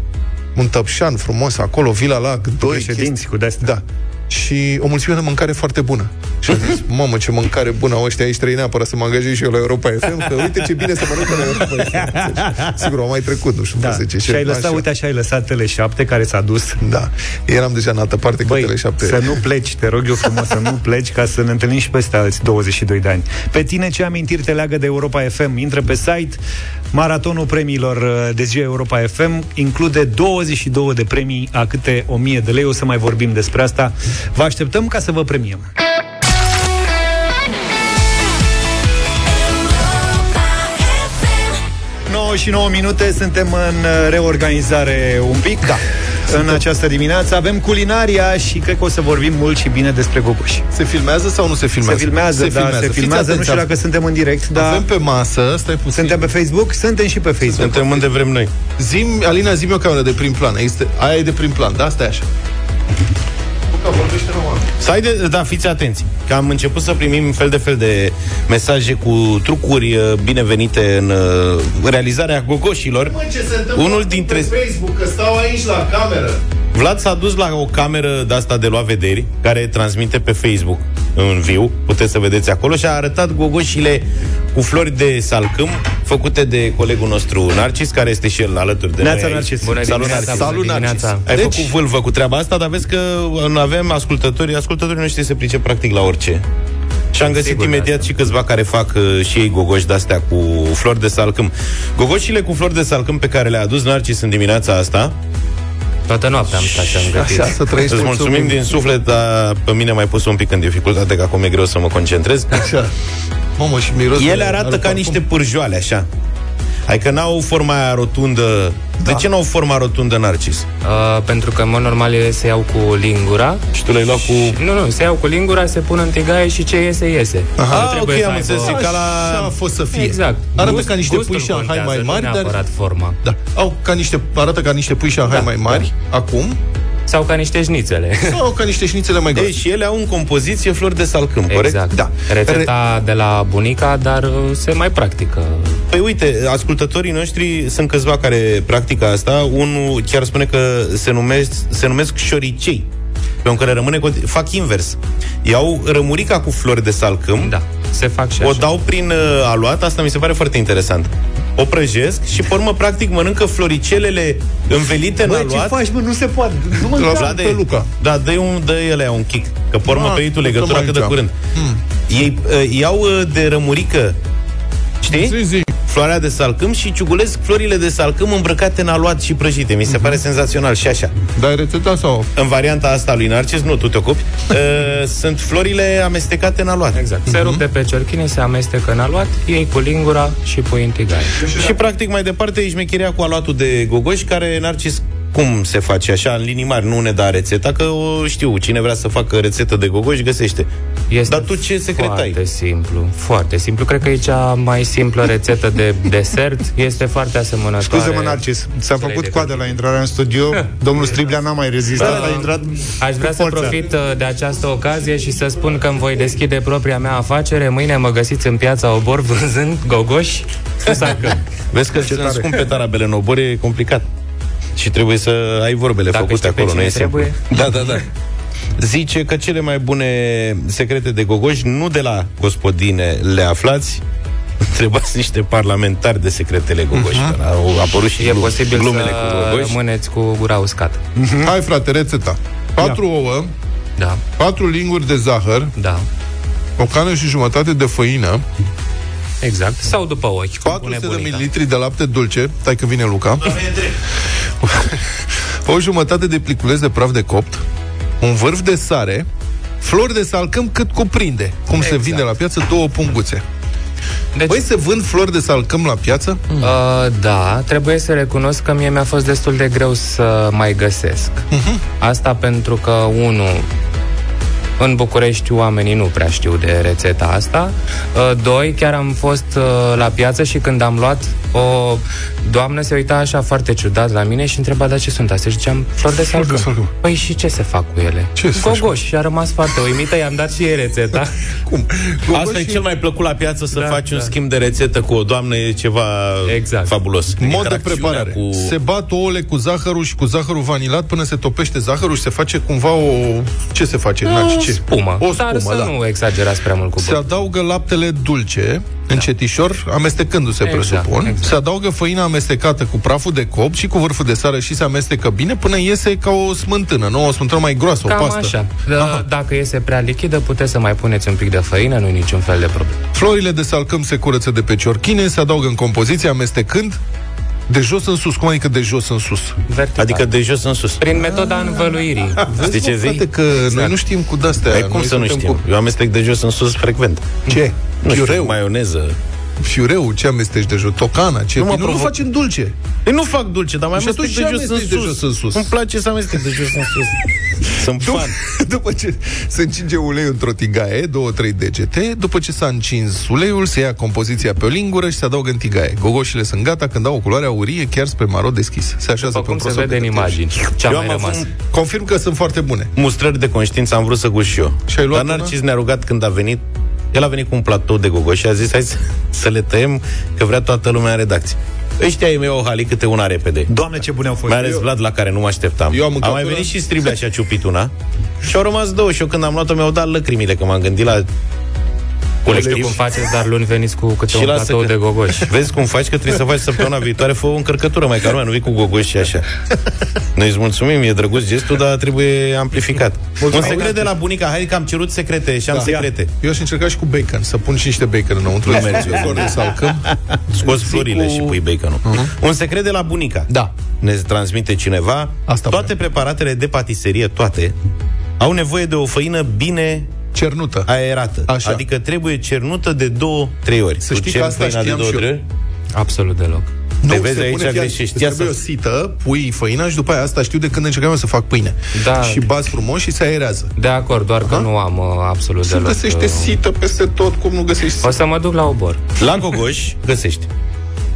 Speaker 3: Un tăpșan frumos acolo, Vila Lac 2.
Speaker 2: Președinți chestii. cu de
Speaker 3: Da și o mulțime de mâncare foarte bună. Și am zis, mamă, ce mâncare bună au ăștia aici, trei neapărat să mă angajez și eu la Europa FM, că uite ce bine să mănâncă la Europa FM. Deci, sigur, au mai trecut, nu știu, da. 10
Speaker 2: Și ai lăsat, așa. uite așa, ai lăsat Tele7 care s-a dus.
Speaker 3: Da, eram deja în altă parte Băi, cu Tele7.
Speaker 2: să nu pleci, te rog eu frumos, să nu pleci ca să ne întâlnim și peste alți 22 de ani. Pe tine ce amintiri te leagă de Europa FM? Intră pe site, maratonul premiilor uh, de ziua Europa FM include 22 de premii a câte 1000 de lei, o să mai vorbim despre asta. Vă așteptăm ca să vă premiem. și 9 minute, suntem în uh, reorganizare un pic.
Speaker 3: Da.
Speaker 2: Suntem. În această dimineață avem culinaria și cred că o să vorbim mult și bine despre gogoși.
Speaker 3: Se filmează sau nu se filmează?
Speaker 2: Se filmează, se da, filmează. se filmează, nu știu dacă suntem în direct, dar...
Speaker 3: Avem pe masă, stai puțin.
Speaker 2: Suntem pe Facebook? Suntem și pe Facebook.
Speaker 4: Suntem unde vrem noi.
Speaker 3: Zim, Alina, zi o cameră de prim plan. Este, aia e de prim plan, da? Asta e așa.
Speaker 4: Să ai de, da, fiți atenți Că am început să primim fel de fel de mesaje Cu trucuri uh, binevenite În realizarea gogoșilor
Speaker 3: Mă, ce se întâmplă Unul dintre... pe Facebook Că stau aici la cameră
Speaker 4: Vlad s-a dus la o cameră de asta de luat vederi Care transmite pe Facebook în viu, puteți să vedeți acolo și a arătat gogoșile cu flori de salcâm făcute de colegul nostru Narcis, care este și el alături de
Speaker 2: Neața
Speaker 4: noi.
Speaker 2: Narcis.
Speaker 4: Bună Salut, Narcis. Salut, Narcis. Ai deci... făcut vâlvă cu treaba asta, dar vezi că nu avem ascultători, ascultătorii noștri se pricep practic la orice. Și am găsit Sigur, imediat asta. și câțiva care fac uh, și ei gogoși de-astea cu flori de salcâm. Gogoșile cu flori de salcâm pe care le-a adus Narcis în dimineața asta
Speaker 12: Toată noaptea am stat și am gătit.
Speaker 4: Așa, să trăiești Îți mulțumim, mulțumim din suflet, dar pe mine mai pus un pic în dificultate, că acum e greu să mă concentrez.
Speaker 3: Așa. Mamă, și miros
Speaker 4: Ele arată ca niște pârjoale, așa. Adică n-au forma aia rotundă. Da. De ce n-au forma rotundă narcis?
Speaker 3: Da.
Speaker 12: Uh, pentru că, în mod normal, ele se iau cu lingura.
Speaker 4: Și tu le-ai luat cu...
Speaker 12: Nu, nu, se iau cu lingura, se pun în tigaie și ce iese, iese.
Speaker 3: Aha,
Speaker 12: Nu
Speaker 3: ah,
Speaker 12: trebuie
Speaker 3: ok,
Speaker 12: să
Speaker 3: am
Speaker 12: aibă-
Speaker 3: înțeles, e ca la... Așa a fost să fie.
Speaker 12: Exact.
Speaker 3: Arată
Speaker 12: Gust-
Speaker 3: ca niște
Speaker 12: gustul
Speaker 3: pui Shanghai mai
Speaker 12: contează,
Speaker 3: mari,
Speaker 12: nu
Speaker 3: dar...
Speaker 12: neapărat forma.
Speaker 3: Da. Au ca niște, arată ca niște pui Shanghai mai mari, acum.
Speaker 12: Sau ca niște șnițele.
Speaker 3: Sau ca niște șnițele mai groase.
Speaker 4: Deci ele au în compoziție flori de salcâm, corect?
Speaker 12: Exact.
Speaker 3: Da.
Speaker 12: Rețeta de la bunica, dar uh, se mai practică.
Speaker 4: Păi uite, ascultătorii noștri sunt câțiva care practică asta. Unul chiar spune că se numesc, se numesc șoricei. Pe un care rămâne conti- fac invers. Iau rămurica cu flori de salcâm. Da.
Speaker 12: Se fac și
Speaker 4: o
Speaker 12: așa.
Speaker 4: dau prin uh, aluat, asta mi se pare foarte interesant. O prăjesc și pe urmă practic mănâncă floricelele învelite în
Speaker 9: Băi, ce
Speaker 4: aluat.
Speaker 9: faci, mă? Nu se poate. Nu mă
Speaker 4: Vlad,
Speaker 9: pe Luca.
Speaker 4: Da, dă-i un, dă ele un kick. Că pe urmă
Speaker 9: Ma,
Speaker 4: pe ei tu
Speaker 9: Ah, nu
Speaker 4: legătura
Speaker 9: tocmai
Speaker 4: cât de
Speaker 9: aici.
Speaker 4: curând.
Speaker 9: Hmm.
Speaker 4: Ei uh, iau uh, de rămurică, știi?
Speaker 3: Zi, zi.
Speaker 4: Floarea de salcâm și ciugulesc florile de salcâm îmbrăcate în aluat și prăjite. Mi se
Speaker 9: Mhm.
Speaker 4: pare senzațional și așa.
Speaker 3: Dar e rețeta sau?
Speaker 4: În varianta asta lui Narcis, nu, tu te ocupi, uh, sunt florile amestecate în aluat.
Speaker 12: Exact. Se rup de pe cerchine, se amestecă în aluat, iei cu lingura și pui în tigaie.
Speaker 4: Și practic mai departe e șmecheria cu aluatul de gogoși care Narcis cum se face așa în linii mari, nu ne da rețeta că o știu, cine vrea să facă rețetă de gogoși găsește.
Speaker 12: Este
Speaker 4: Dar tu ce secret ai?
Speaker 12: Foarte simplu, foarte simplu. Cred că e cea mai simplă rețetă de desert. Este foarte asemănătoare.
Speaker 13: Scuze-mă, Narcis, s-a făcut coadă la intrarea în studio, domnul Striblea n-a mai rezistat,
Speaker 12: Da.
Speaker 13: a intrat
Speaker 12: Aș vrea
Speaker 13: cu
Speaker 12: să
Speaker 13: forța.
Speaker 12: profit uh, de această ocazie și să spun că îmi voi deschide propria mea afacere. Mâine mă găsiți în piața Obor vânzând gogoși cu sacăm.
Speaker 4: Vezi că sunt
Speaker 12: tare.
Speaker 4: scumpe tarabele în obor, e complicat. Și trebuie să ai vorbele
Speaker 12: Dacă
Speaker 4: făcute
Speaker 12: știi pe
Speaker 4: acolo, nu
Speaker 12: cine
Speaker 4: e simplu.
Speaker 12: trebuie.
Speaker 4: Da, da, da. Zice că cele mai bune secrete de gogoși nu de la gospodine le aflați, întrebați niște parlamentari de secretele gogoși. Uh-huh. Au apărut și
Speaker 12: E
Speaker 4: glu-
Speaker 12: posibil
Speaker 4: glumele cu
Speaker 12: să
Speaker 4: gogoși.
Speaker 12: rămâneți cu gura uscată.
Speaker 3: Hai, frate, rețeta. Patru ouă,
Speaker 12: Da.
Speaker 3: patru linguri de zahăr,
Speaker 12: da.
Speaker 3: o cană și jumătate de făină,
Speaker 12: Exact. Sau după ochi, cum pune
Speaker 3: 400 de
Speaker 12: bunica.
Speaker 3: mililitri de lapte dulce, tai că vine Luca, o jumătate de pliculeț de praf de copt, un vârf de sare, flori de salcâm cât cuprinde, cum se vinde la piață, două punguțe.
Speaker 12: Exact. Deci-
Speaker 3: Băi, se vând flori de salcâm la piață?
Speaker 12: Uh, da, trebuie să recunosc că mie mi-a fost destul de greu să mai găsesc.
Speaker 3: Mhm.
Speaker 12: Asta pentru că, unu, în București oamenii nu prea știu de rețeta asta. Uh, Doi, chiar am fost uh, la piață și când am luat, o doamnă se uita așa foarte ciudat la mine și întreba, dar ce sunt astea? Și ziceam, flori de
Speaker 3: Flori de
Speaker 12: salcâm.
Speaker 3: salcâm.
Speaker 12: Păi și ce se fac cu ele?
Speaker 3: Ce să faci,
Speaker 12: Gogoș. Și a rămas foarte uimită, i-am dat și ei rețeta.
Speaker 4: Asta e cel mai plăcut la piață
Speaker 3: Da,
Speaker 4: să faci un schimb de rețetă cu o doamnă, e ceva exact. fabulos.
Speaker 3: Mod de
Speaker 4: Interacțiunea
Speaker 3: preparare.
Speaker 4: Cu...
Speaker 3: Se bat ouăle cu zahărul și cu zahărul vanilat până se topește zahărul și se face cumva o... Ce se face? Naci, ce?
Speaker 12: Ah, Spumă.
Speaker 3: O
Speaker 12: Dar
Speaker 3: spumă,
Speaker 12: să
Speaker 3: da.
Speaker 12: nu exagerați prea mult cu
Speaker 3: Se adaugă laptele dulce, încetișor, amestecându-se,
Speaker 12: Exact,
Speaker 3: presupun.
Speaker 12: exact.
Speaker 3: Se adaugă făina amestecată cu praful de copt și cu vârful de sare și se amestecă bine până iese ca o smântână, nu o smântână mai groasă,
Speaker 12: Cam
Speaker 3: o pastă.
Speaker 12: așa. Da, dacă este prea lichidă, puteți să mai puneți un pic de făină, nu niciun fel de problemă.
Speaker 3: Florile de salcâm se curăță de pe ciorchine, se adaugă în compoziție, amestecând de jos în sus. Cum adică de jos în sus?
Speaker 12: Vertical.
Speaker 4: Adică de jos în sus.
Speaker 12: Prin metoda învăluirii.
Speaker 4: Știi ce
Speaker 3: Vezi, mă,
Speaker 4: zic?
Speaker 3: frate, că noi nu știm cu de-astea.
Speaker 4: Păi cum
Speaker 3: Noi
Speaker 4: să nu
Speaker 3: suntem
Speaker 4: știm? Eu amestec de jos în sus frecvent.
Speaker 3: Ce?
Speaker 4: Nu știu,
Speaker 3: Fiureu.
Speaker 4: maioneză.
Speaker 3: Fiureu, ce amesteci de jos? Tocana, ce?
Speaker 4: Nu mă
Speaker 3: Nu, nu, nu
Speaker 4: provoc.
Speaker 3: faci în dulce.
Speaker 4: Ei nu fac dulce, dar mai
Speaker 3: Și
Speaker 4: amestec
Speaker 3: atunci
Speaker 4: de
Speaker 3: ce
Speaker 4: jos, în
Speaker 3: amesteci
Speaker 4: sus.
Speaker 3: de jos în sus?
Speaker 4: Îmi place să amestec de jos în sus. Sunt fan.
Speaker 3: După ce se încinge uleiul într-o tigaie, două, trei degete, după ce s-a încins uleiul, se ia compoziția pe o lingură și se adaugă în tigaie. Gogoșile sunt gata când au o culoare aurie chiar spre maro deschis. Se așează
Speaker 12: După
Speaker 3: pe
Speaker 12: cum
Speaker 3: un
Speaker 12: se
Speaker 3: prosop
Speaker 12: vede
Speaker 3: de
Speaker 12: în
Speaker 3: hârtie.
Speaker 12: imagini. Ce a
Speaker 4: Eu
Speaker 12: mai
Speaker 4: am avut
Speaker 12: rămas?
Speaker 4: un-
Speaker 3: Confirm că sunt foarte bune.
Speaker 4: Mustrări de conștiință am vrut să gust și eu.
Speaker 3: Și ai luat
Speaker 4: Dar
Speaker 3: una?
Speaker 4: Narcis ne-a rugat când a venit el a venit cu un platou de gogoși și a zis hai să, să le tăiem că vrea toată lumea în redacție. Ăștia ei mei au halit câte una repede.
Speaker 2: Doamne, ce bune au fost.
Speaker 4: Mai ales Vlad la care nu mă așteptam.
Speaker 3: Eu am mâncat
Speaker 4: a mai
Speaker 3: una.
Speaker 4: venit și Striblea și a ciupit una. Și au rămas două și eu când am luat-o mi-au dat lacrimile că m-am gândit la
Speaker 12: Colectiv. cum faceți, dar luni veniți cu câte
Speaker 4: Și
Speaker 12: un
Speaker 4: lasă
Speaker 12: platou
Speaker 4: că-
Speaker 12: de gogoși.
Speaker 4: Vezi cum faci, că trebuie să faci săptămâna viitoare, fă o încărcătură mai ca lumea, nu vii cu gogoși și așa. Noi îți mulțumim, e drăguț gestul, dar trebuie amplificat. Un secret de la bunica, hai că am cerut secrete și am
Speaker 3: Da.
Speaker 4: secrete.
Speaker 3: Eu aș încerca și cu bacon, să pun și niște bacon înăuntru,
Speaker 4: Nu
Speaker 3: să
Speaker 4: merge.
Speaker 3: florul sau câmp.
Speaker 4: Scoți
Speaker 3: Zi
Speaker 4: florile
Speaker 3: cu- Mhm.
Speaker 4: și pui baconul. Un secret de la bunica.
Speaker 3: Da.
Speaker 4: Ne transmite cineva. Asta toate preparatele de patiserie, toate, au nevoie de o făină bine
Speaker 3: cernută,
Speaker 4: aerată.
Speaker 3: Așa.
Speaker 4: Adică trebuie cernută de două, trei ori.
Speaker 3: Să
Speaker 4: Tu
Speaker 3: știi că
Speaker 4: ceri
Speaker 3: asta
Speaker 4: făina de
Speaker 3: știam
Speaker 4: două,
Speaker 3: și eu.
Speaker 4: trei ori?
Speaker 12: Absolut deloc.
Speaker 4: Te
Speaker 3: Nu
Speaker 4: vezi
Speaker 3: se
Speaker 4: aici
Speaker 3: pune, fii atent,
Speaker 4: greșit,
Speaker 3: îți
Speaker 4: ia
Speaker 3: Trebuie o
Speaker 4: să-
Speaker 3: sită, pui făina și după aia asta știu de când încercam eu să fac pâine.
Speaker 12: Da.
Speaker 3: Și bați frumos și se aerează.
Speaker 12: De acord, doar că nu am uh, absolut
Speaker 3: Se
Speaker 12: deloc.
Speaker 3: găsește
Speaker 12: uh,
Speaker 3: sită peste tot, cum nu găsești
Speaker 12: O să mă duc la obor.
Speaker 4: La gogoși găsești.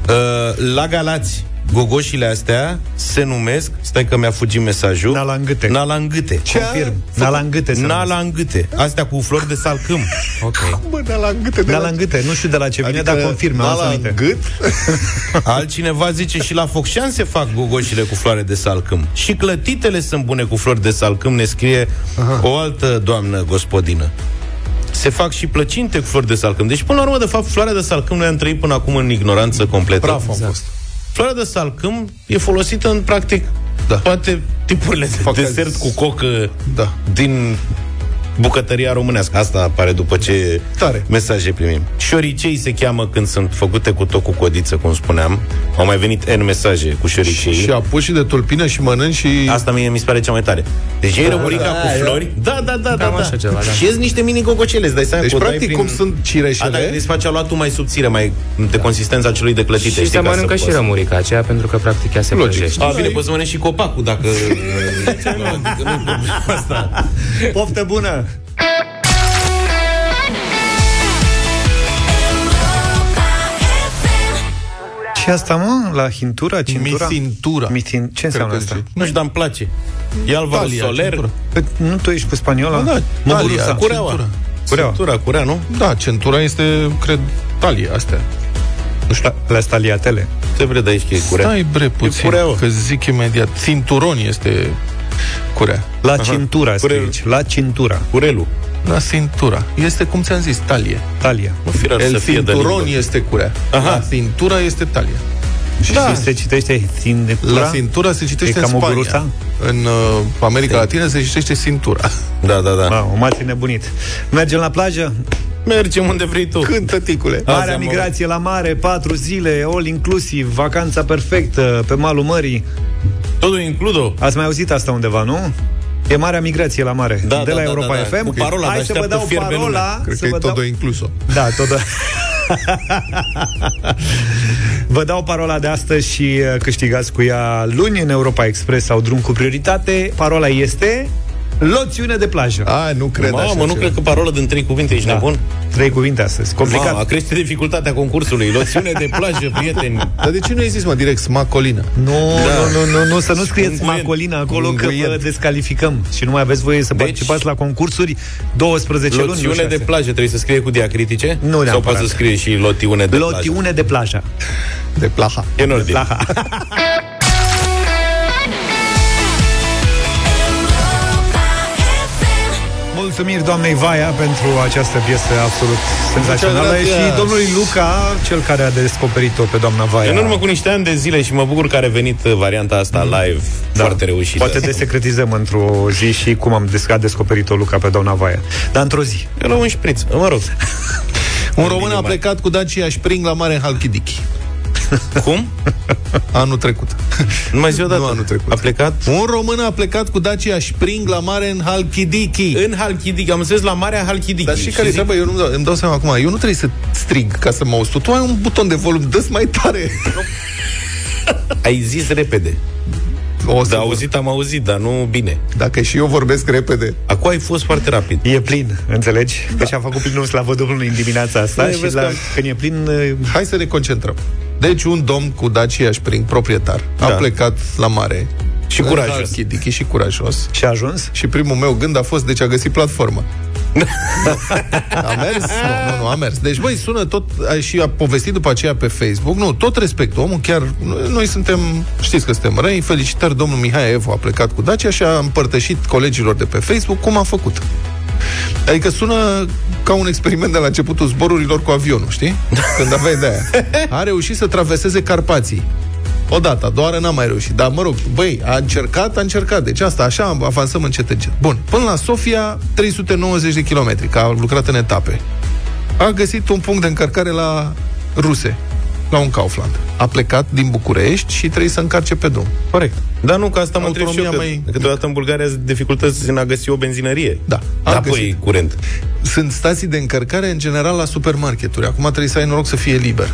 Speaker 4: Uh, la Galați, gogoșile astea se numesc, stai că mi-a fugit mesajul. Nalangâte. Nalangâte. Ce? Confirm.
Speaker 2: Nalangâte se numesc.
Speaker 4: Nalangâte. Astea cu flori de salcâm.
Speaker 12: Ok.
Speaker 3: Bă, de la gâte,
Speaker 2: Da, la gâte, nu știu de la ce vine,
Speaker 4: Adică
Speaker 2: dar confirmă.
Speaker 4: da,
Speaker 2: am
Speaker 4: la
Speaker 2: aminte.
Speaker 3: gât?
Speaker 4: Altcineva zice și la Focșan se fac gogoșile cu floare de salcâm. Și clătitele sunt bune cu flori de salcâm, ne scrie Aha. o altă doamnă gospodină. Se fac și plăcinte cu flori de salcâm. Deci, până la urmă, de fapt, floarea de salcâm noi am trăit până acum în ignoranță completă. Exact.
Speaker 3: Praf am fost.
Speaker 4: Floarea de salcâm e folosită în, practic, da. toate tipurile de
Speaker 3: Fac
Speaker 4: desert
Speaker 3: azi.
Speaker 4: cu cocă
Speaker 3: da.
Speaker 4: din bucătăria românească. Asta apare după ce
Speaker 3: Tare.
Speaker 4: mesaje primim. Șoricei se cheamă când sunt făcute cu tot cu codiță, cum spuneam. Au mai venit N mesaje cu șoricei.
Speaker 3: Și apuci și de tulpină și mănânci și...
Speaker 4: Asta mie mi se pare cea mai tare. Deci ei
Speaker 3: Da,
Speaker 4: rămurica
Speaker 3: da,
Speaker 4: cu
Speaker 3: da.
Speaker 4: flori. Da, da, da, da.
Speaker 12: Cam
Speaker 4: da.
Speaker 12: așa ceva, da.
Speaker 4: Și ies niște mini cococele, îți dai seama
Speaker 3: Deci,
Speaker 4: că o dai
Speaker 3: practic,
Speaker 4: prin...
Speaker 3: cum sunt cireșele.
Speaker 4: A, dacă îți face aluatul mai subțire, mai de consistența celui de clătite.
Speaker 12: Și
Speaker 4: știi,
Speaker 12: se
Speaker 4: ca să
Speaker 12: mănâncă
Speaker 4: poți
Speaker 12: și
Speaker 4: să-
Speaker 12: rămurica aceea, pentru că practic ea se prăjește.
Speaker 4: A, bine, poți să mănânci și copacul dacă...
Speaker 2: Poftă bună! Și asta, mă? La hintura,
Speaker 3: da.
Speaker 2: cintura?
Speaker 3: Misintura.
Speaker 2: Misin... Ce înseamnă
Speaker 4: că
Speaker 2: asta?
Speaker 4: zice. Nu știu, dar îmi place. E Alvaro
Speaker 3: Talia,
Speaker 4: Da, Soler.
Speaker 3: centură.
Speaker 2: Pe- Păi, Nu tu ești cu spaniola?
Speaker 3: Da,
Speaker 2: mă
Speaker 3: talia,
Speaker 2: burusa.
Speaker 3: cureaua.
Speaker 2: Cureaua.
Speaker 4: Centura, curea, nu?
Speaker 3: Da, centura este, cred, talie astea.
Speaker 2: Nu știu, la staliatele.
Speaker 4: Se vede aici că e curea.
Speaker 3: Stai bre puțin,
Speaker 4: cureaua.
Speaker 3: că zic imediat. Cinturon este curea.
Speaker 2: La cintura, scrie aici. La cintura.
Speaker 4: Curelu.
Speaker 3: La cintura. Este, cum ți-am zis, talie.
Speaker 2: Talia.
Speaker 4: Nu fi rar să
Speaker 3: El
Speaker 4: fie de
Speaker 3: cinturon
Speaker 4: limbă.
Speaker 3: este curea.
Speaker 4: Aha.
Speaker 3: La cintura este talie.
Speaker 2: Da. Și se citește cintura?
Speaker 3: La cintura se citește
Speaker 2: E
Speaker 3: în
Speaker 2: ca
Speaker 3: Spania.
Speaker 2: muguruța?
Speaker 3: În uh, America Latină se citește cintura.
Speaker 4: Da, da, da.
Speaker 2: Mamă, m-ați nebunit. Mergem la plajă?
Speaker 4: Mergem unde vrei tu.
Speaker 3: Cântă, ticule.
Speaker 2: Marea
Speaker 4: am
Speaker 2: migrație la mare, patru zile, all inclusiv, vacanța perfectă pe malul mării.
Speaker 4: Totul includo.
Speaker 2: Ați mai auzit asta undeva, nu? E marea migrație la mare,
Speaker 4: Da,
Speaker 2: de
Speaker 4: da,
Speaker 2: la
Speaker 4: da,
Speaker 2: Europa
Speaker 4: da, da.
Speaker 2: FM.
Speaker 4: Cu parola,
Speaker 2: Hai
Speaker 4: te
Speaker 2: să vă
Speaker 4: așteaptă
Speaker 2: dau
Speaker 4: fierbe lumea.
Speaker 2: parola.
Speaker 3: Cred
Speaker 2: să
Speaker 3: că e
Speaker 2: vă
Speaker 3: tot
Speaker 2: dau...
Speaker 3: o inclusă.
Speaker 2: Da, tot da. Vă dau parola de astăzi și uh, câștigați cu ea luni în Europa Express sau drum cu prioritate. Parola este loțiune de plajă.
Speaker 3: A, nu cred așa
Speaker 4: Mamă, nu
Speaker 3: ceva. Da.
Speaker 4: cred că parolă din trei cuvinte ești nebun.
Speaker 2: Trei cuvinte astăzi. Complicat.
Speaker 4: Mamă, a crește dificultatea concursului. Loțiune de plajă, prieteni.
Speaker 3: Dar de ce nu ai zis, mă, direct, smacolină?
Speaker 2: Nu,
Speaker 4: Da.
Speaker 2: nu, nu, nu, nu, să nu scrieți
Speaker 4: Unguent.
Speaker 2: macolina acolo că vă
Speaker 3: Unguent.
Speaker 2: descalificăm și nu mai aveți voie să
Speaker 4: Deci-
Speaker 2: participați la concursuri 12 luni, nu
Speaker 4: Loțiune de
Speaker 2: șase.
Speaker 4: plajă trebuie să scrie cu diacritice?
Speaker 2: Nu neapărat.
Speaker 4: Sau poate să scrie și lotiune de plajă?
Speaker 2: Lotiune de plajă.
Speaker 3: De plaha.
Speaker 4: E în ordine.
Speaker 2: Mulțumiri doamnei Vaia pentru această piesă absolut senzațională
Speaker 4: Muchas gracias.
Speaker 2: și domnului Luca, cel care a descoperit-o pe doamna Vaia.
Speaker 4: În urmă cu niște ani de zile și mă bucur că a revenit uh, varianta asta
Speaker 3: Mm.
Speaker 4: live da. foarte reușită.
Speaker 2: Poate desecretizăm într-o zi și cum am des- a descoperit-o Luca pe doamna Vaia. Dar într-o zi.
Speaker 4: Eu la un șpriț, mă rog.
Speaker 3: Un român a plecat cu Dacia Spring la Mare în Halkidiki.
Speaker 4: Cum?
Speaker 3: Anul trecut.
Speaker 4: Nu mai zi o dată.
Speaker 3: Nu, anul trecut.
Speaker 4: A plecat
Speaker 3: Un român a plecat cu Dacia Spring la Mare în Halkidiki.
Speaker 4: în Halkidiki, am înțeles la Marea Halkidiki.
Speaker 3: Dar și care
Speaker 4: zic,
Speaker 3: treaba, eu nu îmi dau seama acum, eu nu trebuie să strig ca să mă auzi tu. Tu ai un buton de volum, dă mai tare.
Speaker 4: Ai zis repede.
Speaker 3: O să
Speaker 4: Da,
Speaker 3: auzi.
Speaker 4: auzit, am auzit, dar nu bine.
Speaker 3: Dacă și eu vorbesc repede.
Speaker 4: Acum ai fost foarte rapid.
Speaker 2: E plin, înțelegi? Că și-a făcut plinul slavă Domnului în dimineața asta
Speaker 4: Da,
Speaker 2: și
Speaker 4: vezi
Speaker 2: la,
Speaker 4: că-
Speaker 2: când e plin, e-
Speaker 3: Hai să ne concentrăm. Deci un domn cu Dacia Spring, proprietar, a
Speaker 4: Da.
Speaker 3: plecat la mare. Și
Speaker 4: curajos.
Speaker 3: Halkidiki și curajos.
Speaker 2: și a ajuns.
Speaker 3: Și primul meu gând a fost, deci a găsit platformă. a mers? Nu, nu, nu, a mers. Deci, băi, sună tot, ai și a povestit după aceea pe Facebook, nu, tot respectul, omul chiar, noi- noi suntem, știți că suntem răi, felicitări, domnul Mihai Evo a plecat cu Dacia și a împărtășit colegilor de pe Facebook cum a făcut. Adică sună ca un experiment de la începutul zborurilor cu avionul, știi? Când aveai de aia. A reușit să traverseze Carpații. O dată, a doua oară n-a mai reușit. Dar mă rog, băi, a încercat, a încercat. Deci asta, așa avansăm încet, încet. Bun, până la Sofia, 390 de kilometri, că a lucrat în etape. A găsit un punct de încărcare la ruse, la un Kaufland. A plecat din București și trebuie să încarce pe drum. Corect.
Speaker 4: Dar nu, că asta mă întreb și eu, că mai... câteodată în Bulgaria sunt dificultăți în a găsi o benzinărie.
Speaker 3: Da.
Speaker 4: Da,
Speaker 3: Am
Speaker 4: păi,
Speaker 3: găsit.
Speaker 4: curent.
Speaker 3: Sunt stații de încărcare în general la supermarketuri. Acum trebuie să ai noroc să fie liber.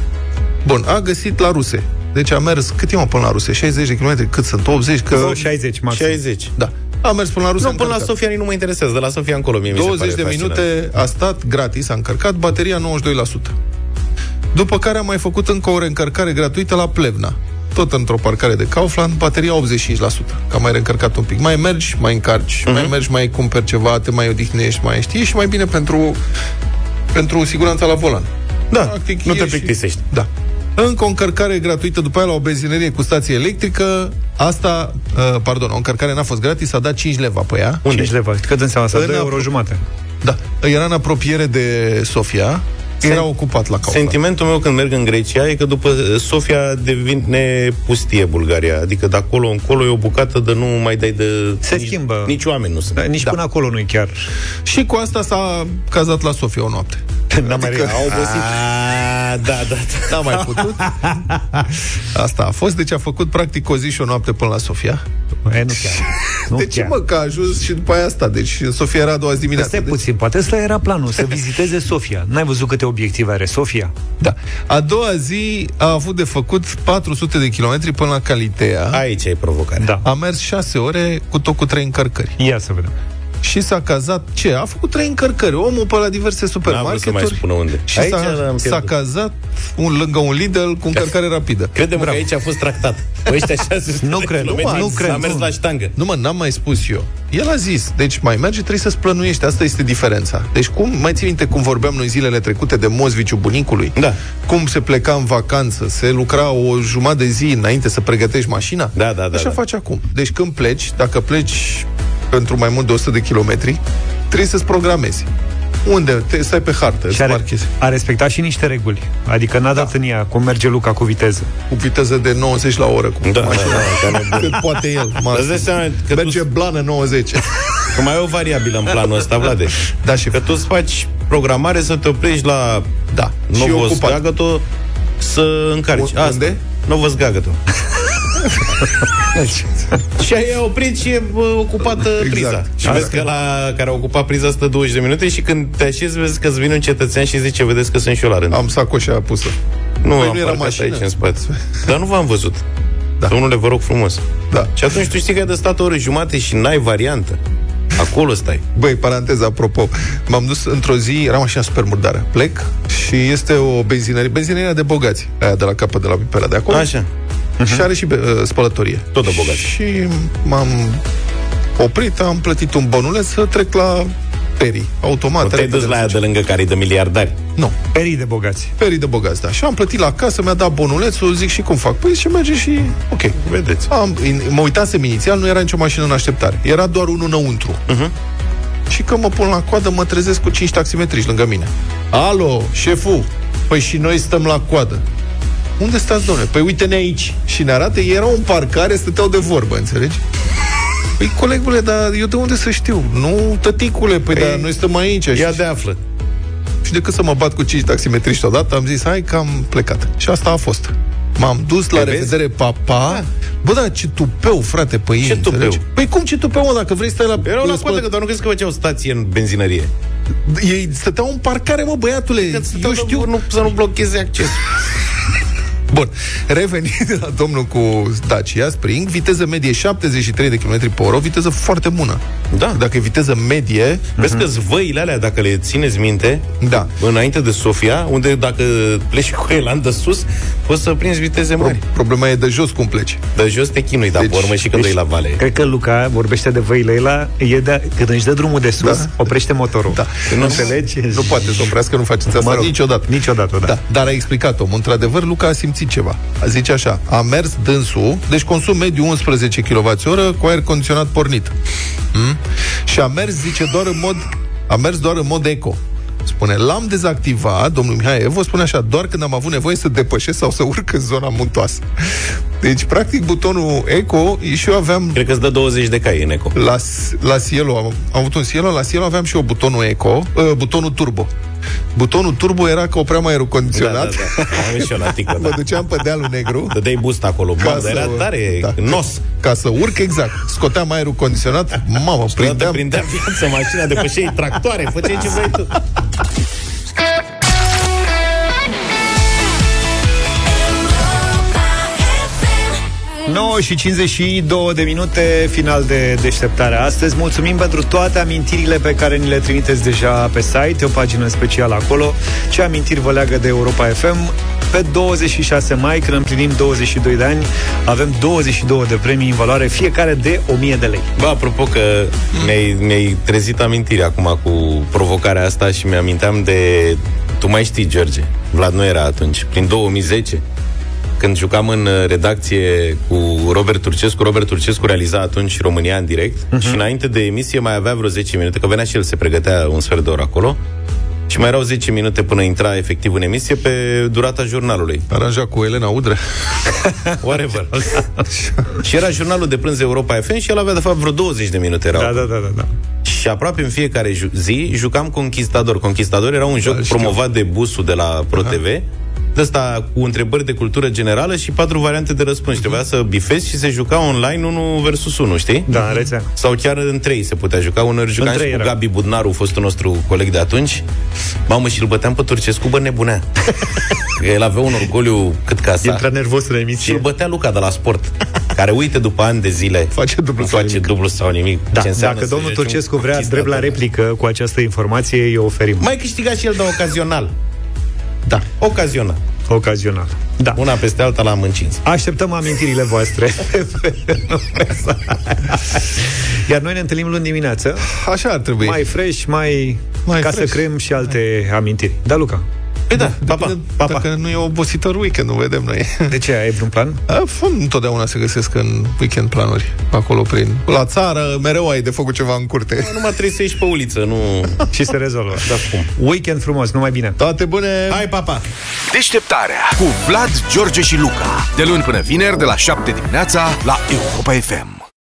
Speaker 3: Bun, a găsit la ruse. Deci a mers cât timp până la ruse? 60 de kilometri? Cât sunt? 80? Cât
Speaker 4: Că
Speaker 3: sunt?
Speaker 2: 60
Speaker 4: maxim. 60.
Speaker 3: Da. A mers până la Rusia.
Speaker 4: Nu, până la
Speaker 3: încărcat.
Speaker 4: Sofia nici nu mă interesează, de la Sofia încolo mie
Speaker 3: 20
Speaker 4: mi se
Speaker 3: de
Speaker 4: pare
Speaker 3: minute a stat gratis, a încărcat bateria 92%. După care a mai făcut încă o reîncărcare gratuită la Plevna. Tot într-o parcare de Kaufland, bateria 85%. Că am mai reîncărcat un pic. Mai mergi, mai încarci,
Speaker 4: Mhm.
Speaker 3: uh-huh. mai mergi, mai cumperi ceva, te mai odihnești, mai știi și mai bine pentru, pentru siguranța la volan. Da, Practic,
Speaker 4: nu te
Speaker 3: ieși-
Speaker 4: plictisești.
Speaker 3: Da. Încă o încărcare gratuită după aia la o benzinărie cu stație electrică. Asta, uh, pardon, o încărcare n-a fost gratis, a dat 5 leva pe ea.
Speaker 2: 5 leva. Deci Cât înseamnă asta?
Speaker 3: În
Speaker 2: 2 euro
Speaker 3: apro-
Speaker 2: jumate.
Speaker 3: Da, era în apropiere de Sofia,
Speaker 4: Sen-
Speaker 3: era ocupat la
Speaker 4: fascinant.
Speaker 3: Kaufland.
Speaker 4: Sentimentul meu când merg în Grecia e că după uh, Sofia devine pustie Bulgaria. Adică de acolo încolo e o bucată de nu mai dai de... Se nici, schimbă. Nici oameni nu sunt. Da,
Speaker 2: nici da. până acolo nu-i chiar.
Speaker 3: Și cu asta s-a cazat la Sofia o noapte.
Speaker 4: N-a mai
Speaker 3: Adică-
Speaker 4: adică... Au obosit.
Speaker 3: A,
Speaker 4: Ah,
Speaker 3: da, da, da. N-a mai putut. Asta a fost, deci a făcut practic o zi și o noapte până la Sofia.
Speaker 2: E, nu chiar. Nu
Speaker 3: de ce,
Speaker 2: chiar.
Speaker 3: mă, că a ajuns și după aia asta? Deci Sofia era a doua zi dimineață. Deci,
Speaker 2: Asta e puțin. Poate ăsta era planul, să viziteze Sofia. N-ai văzut câte obiective are Sofia?
Speaker 3: Da. A doua zi a avut de făcut 400 de kilometri până la Calitea.
Speaker 4: Aici e provocarea.
Speaker 2: Da.
Speaker 3: A mers 6 ore cu tot cu 3 încărcări.
Speaker 2: Ia să vedem.
Speaker 3: Și s-a cazat ce? A făcut trei încărcări. Omul pe la diverse
Speaker 4: N-a vrut să mai
Speaker 3: supermarketuri.
Speaker 4: spună unde.
Speaker 3: Și s-a, s-a cazat un, lângă un Lidl cu încărcare rapidă.
Speaker 4: Credem că aici a fost tractat. Păi ăștia 600
Speaker 3: nu
Speaker 4: de
Speaker 3: cred, nu,
Speaker 4: kilometri
Speaker 3: nu
Speaker 4: s-a
Speaker 3: cred.
Speaker 4: mers
Speaker 3: nu.
Speaker 4: la ștangă.
Speaker 3: Nu mă, n-am mai spus eu. El a zis, deci mai merge, trebuie să-ți plănuiești. Asta este diferența. Deci cum, mai ții minte cum vorbeam noi zilele trecute de mozviciu bunicului?
Speaker 4: Da.
Speaker 3: Cum se pleca în vacanță, se lucra o jumătate de zi înainte să pregătești mașina?
Speaker 4: Da, da, da.
Speaker 3: Așa
Speaker 4: da.
Speaker 3: faci acum. Deci când pleci, dacă pleci pentru mai mult de 100 de kilometri, trebuie să-ți programezi. Unde? Te, stai pe hartă,
Speaker 2: Și
Speaker 3: îți
Speaker 2: are,
Speaker 3: marchezi.
Speaker 2: a respectat și niște reguli. Adică n-a dat în ea cum merge Luca cu viteză.
Speaker 3: Cu viteză de 90 la oră, cu
Speaker 4: Da, da,
Speaker 3: mașina.
Speaker 4: da, da,
Speaker 3: Cât poate el. maxim.
Speaker 4: Îți dai seama că
Speaker 3: Merge blană 90.
Speaker 4: Că mai e o variabilă în planul ăsta, Vlade.
Speaker 3: Da, și
Speaker 4: că tu îți faci programare să te oprești la
Speaker 3: da, și
Speaker 4: Novos
Speaker 3: ocupat.
Speaker 4: Gagato să încarci.
Speaker 3: Unde?
Speaker 4: Asta. Novos Gagato. și ai oprit și e bă, ocupată
Speaker 3: Exact.
Speaker 4: priza. Și
Speaker 3: Asta.
Speaker 4: vezi că la care a ocupat priza stă 20 de minute și când te așezi vezi că îți vine un cetățean și zice vedeți că sunt și eu la rând.
Speaker 3: Am sacoșa pusă.
Speaker 4: nu,
Speaker 3: păi
Speaker 4: am
Speaker 3: nu era
Speaker 4: parcat
Speaker 3: mașină.
Speaker 4: aici în spate. Dar nu v-am văzut. Da. Domnule, vă rog frumos.
Speaker 3: Da.
Speaker 4: Și atunci tu știi că ai de stat o oră jumate și n-ai variantă. Acolo stai.
Speaker 3: Băi, paranteză, apropo, m-am dus într-o zi, eram așa super murdară. Plec și este o benzinărie, benzinăria de bogați, aia de la capăt de la Pipera de acolo.
Speaker 4: Așa. uh-huh.
Speaker 3: Și are și be- uh, spălătorie.
Speaker 4: Tot de bogați.
Speaker 3: Și m-am oprit, am plătit un bănuleț să trec la Peri, automat.
Speaker 4: Nu te-ai
Speaker 3: repede,
Speaker 4: dus la aia de lângă care e de miliardari.
Speaker 3: Nu,
Speaker 2: Perii de bogați.
Speaker 3: Peri de bogați, da. Și am plătit la casă, mi-a dat bonulețul, zic și cum fac. Păi și merge și... Ok.
Speaker 4: Vedeți.
Speaker 3: Am, in, mă uitasem inițial, nu era nicio mașină în așteptare. Era doar unul înăuntru.
Speaker 4: Uh-huh.
Speaker 3: Și când mă pun la coadă, mă trezesc cu 5 taximetriști lângă mine. Alo, șeful, păi și noi stăm la coadă. Unde stați, domnule? Păi uite-ne aici. Și ne arată, era un parcare, stăteau de vorbă, înțelegi? Păi, colegule, dar eu de unde să știu? Nu, tăticule, păi, păi dar noi stăm aici.
Speaker 4: Ia de află.
Speaker 3: Și decât să mă bat cu 5 taximetriști odată, am zis, hai că am plecat. Și asta a fost. M-am dus la
Speaker 4: Te vezi? Da.
Speaker 3: revedere, papa. Pa. Bă, dar ce tupeu, frate, pe ei,
Speaker 4: Ce tupeu?
Speaker 3: înțelegi? Păi cum ce tupeu, mă, dacă vrei să stai la...
Speaker 4: Erau la
Speaker 3: spăl-
Speaker 4: coadă, că doar nu crezi că făceau stație în benzinărie.
Speaker 3: Ei stăteau în parcare, mă, băiatule. Eu știu...
Speaker 4: Nu, să nu blocheze accesul.
Speaker 3: Bun, revenind la domnul cu Dacia Spring, viteză medie 73 de km pe oră, o viteză foarte bună.
Speaker 4: Da.
Speaker 3: Dacă e viteză medie,
Speaker 4: Vezi că zvăile alea, dacă le țineți minte,
Speaker 3: da,
Speaker 4: înainte de Sofia, unde dacă pleci cu elan de sus, poți să prinzi viteze mari.
Speaker 3: problema e de jos cum pleci.
Speaker 4: De jos te chinui, dar
Speaker 3: Deci-
Speaker 4: pe urmă și când deci, la vale.
Speaker 2: Cred că Luca vorbește de văile la e de, când își dă drumul de sus, da. oprește motorul. Da. Nu înțelegi?
Speaker 3: Nu poate să oprească, nu faceți asta
Speaker 2: Mă rog,
Speaker 3: niciodată.
Speaker 2: Niciodată, da.
Speaker 3: Da, dar a explicat omul. Într-adevăr, Luca a simțit ceva. A zice așa, a mers dânsul, deci consum mediu 11 kWh cu aer condiționat Hmm? pornit. Mm? Și a mers, zice, doar în mod... A mers doar în mod eco. Spune, l-am dezactivat, domnul Mihai Evo spune așa, doar când am avut nevoie să depășesc sau să urc în zona muntoasă. Deci, practic, butonul Eco și eu aveam...
Speaker 4: Cred că îți dă 20 de cai în Eco.
Speaker 3: La, la Cielo, am, am avut un Cielo, la Cielo aveam și eu butonul Eco, uh, butonul Turbo. Butonul turbo era că opream aerul condiționat.
Speaker 4: Da, da, da. la ticlă, da.
Speaker 3: Mă duceam pe dealul negru.
Speaker 4: Dădeai boost acolo. Ca Bă, să, era tare, da, nos.
Speaker 3: Ca să urc, exact. Scoteam aerul condiționat. Mamă, prindeam.
Speaker 4: prindeam viață mașina, depășeai tractoare, făceai ce vrei tu.
Speaker 2: 9 și 52 de minute, final de deșteptare astăzi. Mulțumim pentru toate amintirile pe care ni le trimiteți deja pe site, e o pagină specială acolo. Ce amintiri vă leagă de Europa FM? Pe 26 mai, când împlinim 22 de ani, avem 22 de premii în valoare, fiecare de 1000 de lei.
Speaker 4: Bă, apropo că mi-ai, mi trezit amintirea acum cu provocarea asta și mi-aminteam de... Tu mai știi, George, Vlad nu era atunci, prin 2010 când jucam în uh, redacție cu Robert Turcescu, Robert Turcescu realiza atunci România în direct uh-huh. și înainte de emisie mai avea vreo 10 minute, că venea și el, se pregătea un sfert de oră acolo și mai erau 10 minute până intra efectiv în emisie pe durata jurnalului.
Speaker 3: Aranja cu Elena Udre.
Speaker 4: Whatever. și era jurnalul de prânz Europa FM și el avea de fapt vreo 20 de minute. Erau.
Speaker 2: Da, da, da, da, da.
Speaker 4: Și aproape în fiecare zi jucam Conquistador. Conquistador era un joc da, știu. promovat de busul de la ProTV. Da de asta cu întrebări de cultură generală și patru variante de răspuns. Mm-hmm. Trebuia să bifezi și se juca online 1 versus 1, știi?
Speaker 2: Da, în rețea.
Speaker 4: Sau chiar în 3 se putea juca. Uneori jucam și cu Gabi Budnaru, fostul nostru coleg de atunci. Mamă, și îl băteam pe Turcescu, bă, nebunea. El avea un orgoliu cât ca asta.
Speaker 2: Intra nervos în emisie.
Speaker 4: Și îl bătea Luca de la sport, care uite după ani de zile.
Speaker 3: Face dublu sau
Speaker 4: face nimic. dublu sau nimic.
Speaker 2: Da, dacă domnul Turcescu vrea drept la replică cu această informație, eu oferim.
Speaker 4: Mai câștiga și el, dar ocazional.
Speaker 2: Da.
Speaker 4: Ocazional.
Speaker 2: Ocazional. Da.
Speaker 4: Una peste alta la mâncins.
Speaker 2: Așteptăm amintirile voastre. Iar noi ne întâlnim luni dimineață.
Speaker 3: Așa ar trebui.
Speaker 2: Mai fresh, mai, mai ca fresh. să creăm și alte da. amintiri. Da, Luca?
Speaker 3: Păi da, da papa, papa. Dacă nu e obositor weekendul, vedem noi.
Speaker 2: De ce? Ai vreun plan?
Speaker 3: A, întotdeauna se găsesc în weekend planuri. Acolo prin... La țară, mereu ai de făcut ceva în curte.
Speaker 4: Nu numai trebuie să ieși pe uliță, nu...
Speaker 2: Și se rezolvă. Da, cum? Weekend frumos, numai bine.
Speaker 3: Toate bune!
Speaker 4: Hai, papa!
Speaker 1: Deșteptarea cu Vlad, George și Luca. De luni până vineri, de la 7 dimineața, la Europa FM.